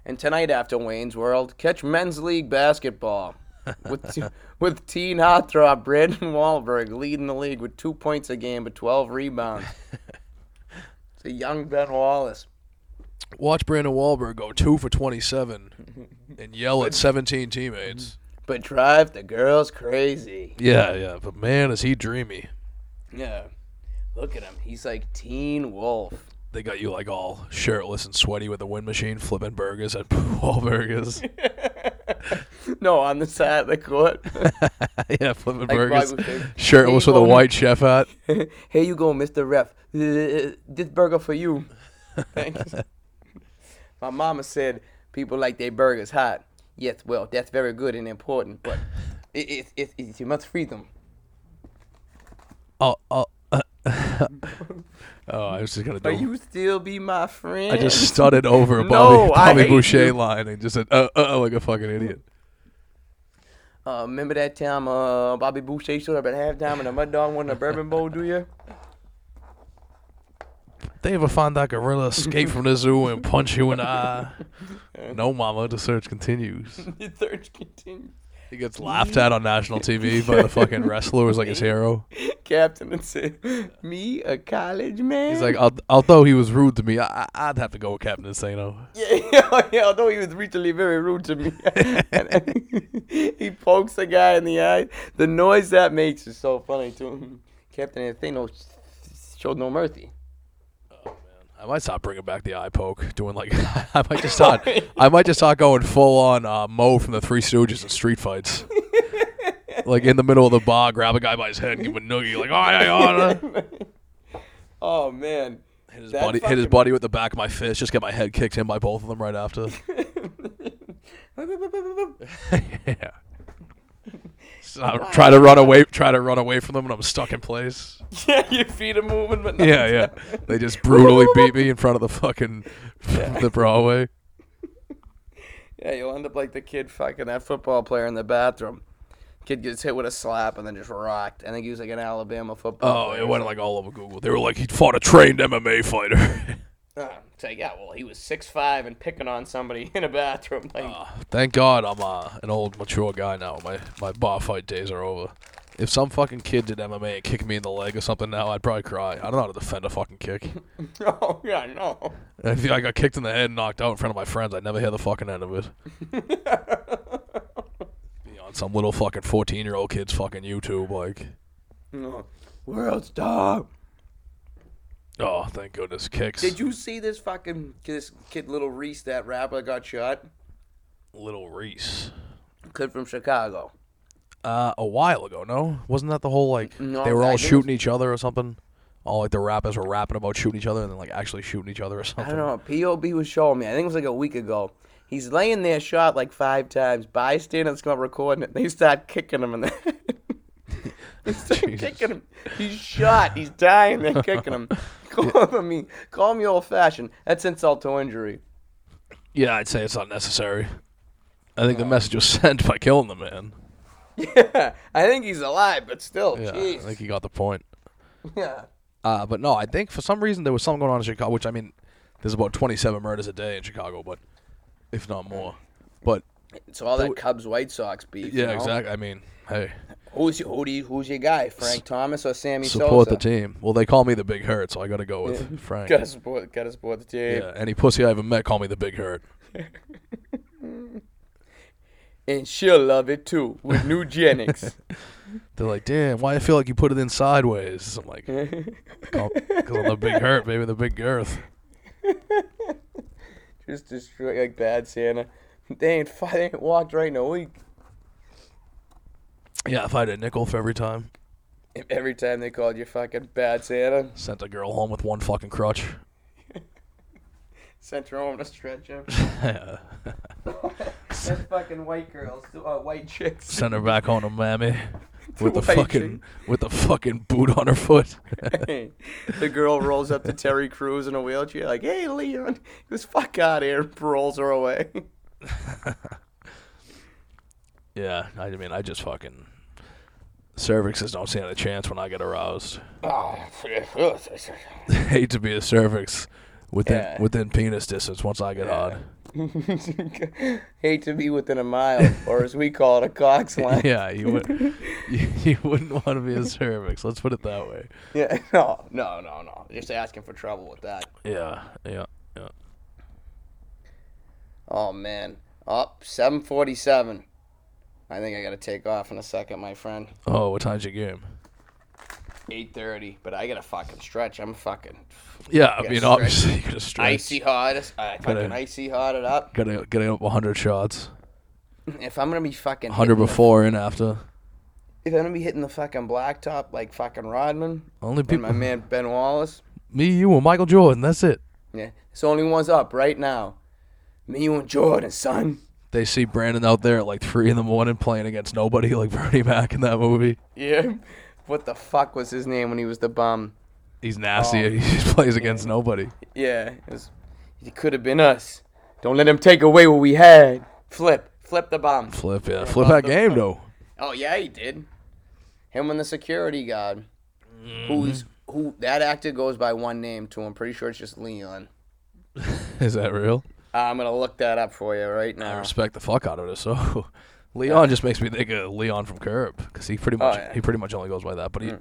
S2: And tonight after Wayne's World, catch men's league basketball with with teen heartthrob Brandon Wahlberg leading the league with two points a game but 12 rebounds. it's a young Ben Wallace.
S1: Watch Brandon Wahlberg go two for 27 and yell at 17 teammates.
S2: But drive the girls crazy.
S1: Yeah, yeah. But man, is he dreamy.
S2: Yeah. Look at him. He's like Teen Wolf.
S1: They got you like all shirtless and sweaty with a wind machine, flipping burgers at Wahlburgers.
S2: No, on the side of the court.
S1: yeah, flipping
S2: Like
S1: burgers.
S2: Bible thing.
S1: Shirtless with a
S2: People-
S1: white chef hat.
S2: Here you go, Mr. Ref. This burger for you. Thanks. My mama said people like their burgers hot. Yes, well, that's very good and important, but it, it, it, it, you must freeze them.
S1: Oh, oh. oh, I was just gonna do.
S2: But you still be my friend.
S1: I just stuttered over a
S2: No,
S1: Bobby,
S2: I
S1: Bobby
S2: hate
S1: Boucher
S2: you.
S1: line and just said, uh, uh, like a fucking idiot.
S2: Uh, remember that time uh, Bobby Boucher showed up at halftime and the Mud Dog won the Bourbon Bowl, do you?
S1: They ever find that gorilla escape from the zoo and punch you in the eye? No, mama. The search continues.
S2: The search continues.
S1: He gets laughed at on national TV by the fucking wrestler who's like his hero.
S2: Captain and said, Me, a college man?
S1: He's like, "Al- although he was rude to me, I, I- I'd have to go with Captain Insano.
S2: Yeah, yeah, yeah, although he was recently very rude to me. And- he pokes a guy in the eye. The noise that makes is so funny too. Captain Anthony showed no mercy.
S1: I might stop bringing back the eye poke, doing like I might just start. I might just start going full on uh, Mo from the Three Stooges and street fights. like in the middle of the bar, grab a guy by his head, and give him a noogie, like aye aye aye. aye."
S2: Oh man.
S1: Hit his
S2: That
S1: buddy, hit his
S2: fucking-
S1: buddy with the back of my fist. Just get my head kicked in by both of them right after. yeah. I try to run away, try to run away from them, and I'm stuck in place.
S2: yeah, your feet are moving, but nothing's
S1: Yeah, yeah. They just brutally beat me in front of the fucking the Broadway.
S2: Yeah, you'll end up like the kid fucking that football player in the bathroom. Kid gets hit with a slap and then just rocked. I think he was like an Alabama football.
S1: Oh,
S2: player.
S1: it went like all over Google. They were like, he fought a trained MMA fighter.
S2: Ah, it's like, yeah, well, he was six five and picking on somebody in a bathroom. Like,
S1: Uh, Thank God I'm uh, an old, mature guy now. My my bar fight days are over. If some fucking kid did MMA and kicked me in the leg or something now, I'd probably cry. I don't know how to defend a fucking kick.
S2: oh yeah, no.
S1: If I got kicked in the head and knocked out in front of my friends, I'd never hear the fucking end of it. Be on some little fucking 14 year old kid's fucking YouTube, like,
S2: no. World star.
S1: oh, thank goodness, kicks.
S2: Did you see this fucking this kid, little Reese, that rapper got shot?
S1: Little Reese.
S2: Kid from Chicago.
S1: Uh, a while ago, no? Wasn't that the whole, like,
S2: No,
S1: they were all
S2: I think it
S1: shooting each other or something? All, like, the rappers were rapping about shooting each other and then, like, actually shooting each other or
S2: I
S1: something.
S2: don't know. POB was showing me. I think it was like a week ago. He's laying there shot like five times. Bystanders come up recording it. They start kicking him in the head. they start
S1: Jesus.
S2: kicking him. He's shot. He's dying. They're kicking him. Call me. Call me old fashioned. That's insult to injury.
S1: Yeah, I'd say it's not necessary. I think the message was sent by killing the man.
S2: Yeah. I think he's alive, but still,
S1: Yeah,
S2: jeez.
S1: I think he got the point.
S2: yeah.
S1: Uh, but no, I think for some reason there was something going on in Chicago, which I mean, there's about 27 murders a day in Chicago, but if not more. But
S2: It's all that Cubs White Sox beef. you
S1: yeah,
S2: know?
S1: exactly. I mean, hey,
S2: Who's who do you, who's your guy? Frank Thomas or Sammy
S1: support the
S2: Sosa?
S1: team. Well, they call me the Big Hurt, so I got to go with Frank.
S2: Gotta support. Gotta support the team.
S1: Yeah, any pussy I ever met, call me the Big Hurt.
S2: and she'll love it too with Nugenics.
S1: They're like, damn, why I feel like you put it in sideways? I'm like, because I'm the Big Hurt, baby, the Big Girth.
S2: Just destroy like bad Santa. They ain't fi- they ain't walked right in a week.
S1: Yeah, if I had a nickel for every time.
S2: If Every time they called you fucking bad Santa,
S1: Sent a girl home with one fucking crutch.
S2: sent her home to stretch him.
S1: Sent
S2: That's fucking white girls, uh, white chicks.
S1: her back home to mammy with the
S2: Why you
S1: fucking with the fucking boot on her foot.
S2: the girl rolls up to Terry Crews in a wheelchair, like, "Hey, Leon, this fuck out here," and rolls her away.
S1: yeah, I mean, I just fucking cervixes don't stand a chance when I get aroused.
S2: Oh,
S1: Hate to be a cervix within
S2: Yeah.
S1: within penis distance once I get hard.
S2: hate to be within a mile, or as we call it, a cock's line.
S1: Yeah, you would you, you wouldn't want to be a cervix. Let's put it that way.
S2: Yeah, no, no, no, no. Just asking for trouble with that.
S1: Yeah, yeah, yeah.
S2: Oh man, up 747. I think I gotta take off in a second, my friend.
S1: Oh, what time's your game?
S2: 8:30, but I gotta fucking stretch. I'm fucking
S1: Yeah, I
S2: Gotta
S1: mean,
S2: stretch.
S1: obviously you gotta stretch.
S2: icy hot. as- I fucking
S1: Gotta-
S2: icy hot it up.
S1: Gotta gotta get up 100 shots.
S2: If I'm gonna be fucking
S1: 100
S2: hitting the-
S1: before and after.
S2: if I'm gonna be hitting the fucking blacktop like fucking Rodman
S1: Only
S2: and
S1: people,
S2: my man Ben Wallace,
S1: me, you, and Michael Jordan. That's it.
S2: yeah, it's the only one's up right now. Me, you, and Jordan, son.
S1: They see Brandon out there at like three in the morning playing against nobody, like Bernie Mac in that movie.
S2: Yeah. What the fuck was his name when he was the bum?
S1: He's
S2: Oh,
S1: nasty. and he plays against nobody.
S2: Yeah, it, was, it could have been us. Don't let him take away what we had. Flip, flip the bomb.
S1: Flip, yeah, flip that game though.
S2: Oh yeah, he did. Him and the security guard, who's who? That actor goes by one name too. I'm pretty sure it's just Leon.
S1: Is that real?
S2: I'm gonna look that up for you right
S1: I
S2: now.
S1: respect the fuck out of it. So, Leon just makes me think of Leon from Curb because he pretty much
S2: Oh, yeah. Mm.
S1: he pretty much only goes by that. But he
S2: I'm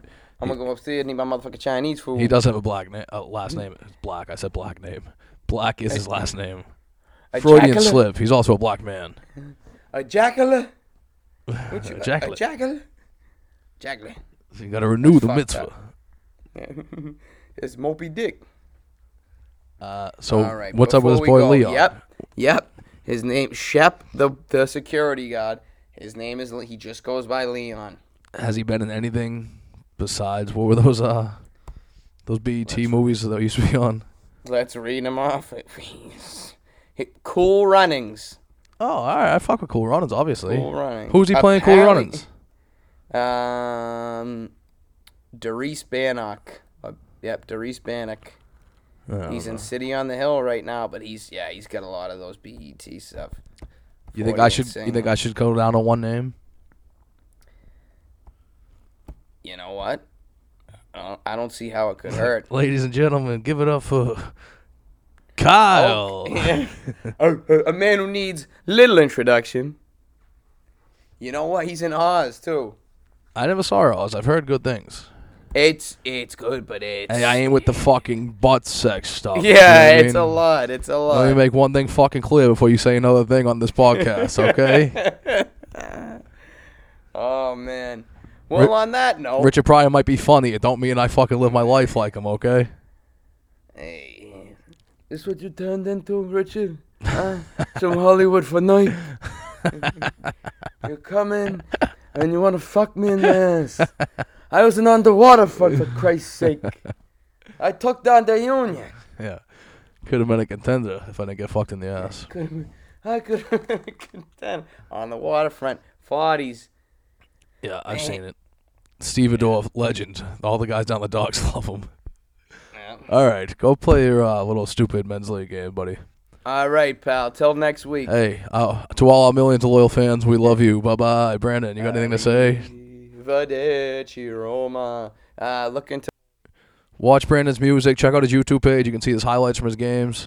S2: gonna go upstairs and eat my motherfucking Chinese food.
S1: he does have a black na- uh, last name. It's black. I said black name. Black is his last name.
S2: a
S1: Freudian
S2: jackala-
S1: slip. He's also a black man.
S2: A jackala. What you,
S1: jackala.
S2: A jackala. Jackala.
S1: You got to renew the
S2: That's fucked
S1: mitzvah.
S2: up. it's Mopey Dick.
S1: Uh, so
S2: All right.
S1: what's up with this
S2: before
S1: boy
S2: we go-
S1: Leon?
S2: Yep. Yep. His name Shep, the the security guard. His name is Le- he just goes by Leon.
S1: Has he been in anything besides what were those uh those BET movies that he used to be on?
S2: Let's read him off. Hit cool runnings.
S1: Oh, all right. I fuck with Cool Runnings, obviously.
S2: Cool Runnings.
S1: Who's he playing Cool
S2: Apparently-
S1: Runnings?
S2: Um, Darius Bannock. Uh, yep, Darius Bannock.
S1: Oh.
S2: He's in City on the Hill right now, but he's yeah, he's got a lot of those BET stuff.
S1: You think I
S2: 40
S1: should?
S2: and
S1: You think
S2: single.
S1: I should go down to one name?
S2: You know what? I don't, I don't see how it could hurt.
S1: Ladies and gentlemen, give it up for
S2: Oh,
S1: Kyle.
S2: a, Oh, uh, a- a man who needs little introduction. You know what? He's in Oz too.
S1: I never saw Oz. I've heard good things.
S2: It's it's good, but it's
S1: Hey, I ain't with the fucking butt sex stuff. you know what
S2: yeah,
S1: I
S2: it's a
S1: mean?
S2: lot. It's a lot.
S1: Let me make one thing fucking clear before you say another thing on this podcast, okay?
S2: oh man. Well, on that note,
S1: Richard Pryor might be funny. It don't mean I fucking live my life like him, okay?
S2: Hey, this what you turned into, Richard? Huh? Some Hollywood for night. you come in and you want to fuck me in the ass. I was an underwater fuck for Christ's sake. I took down the union.
S1: Yeah. Could have been a contender if I didn't get fucked in the ass.
S2: Could- I could contend on the waterfront. Forties.
S1: Yeah, I've seen it. Steve Adolf, legend. All the guys down the docks love him. All right, go play your uh, little stupid men's league game, buddy.
S2: All right, pal. Till next week.
S1: Hey, uh, to all our millions of loyal fans, we love you. Bye bye. Brandon, you got anything to say?
S2: Arrivederci, Roma. Uh, look into.
S1: Watch Brandon's music. Check out his YouTube page. You can see his highlights from his games.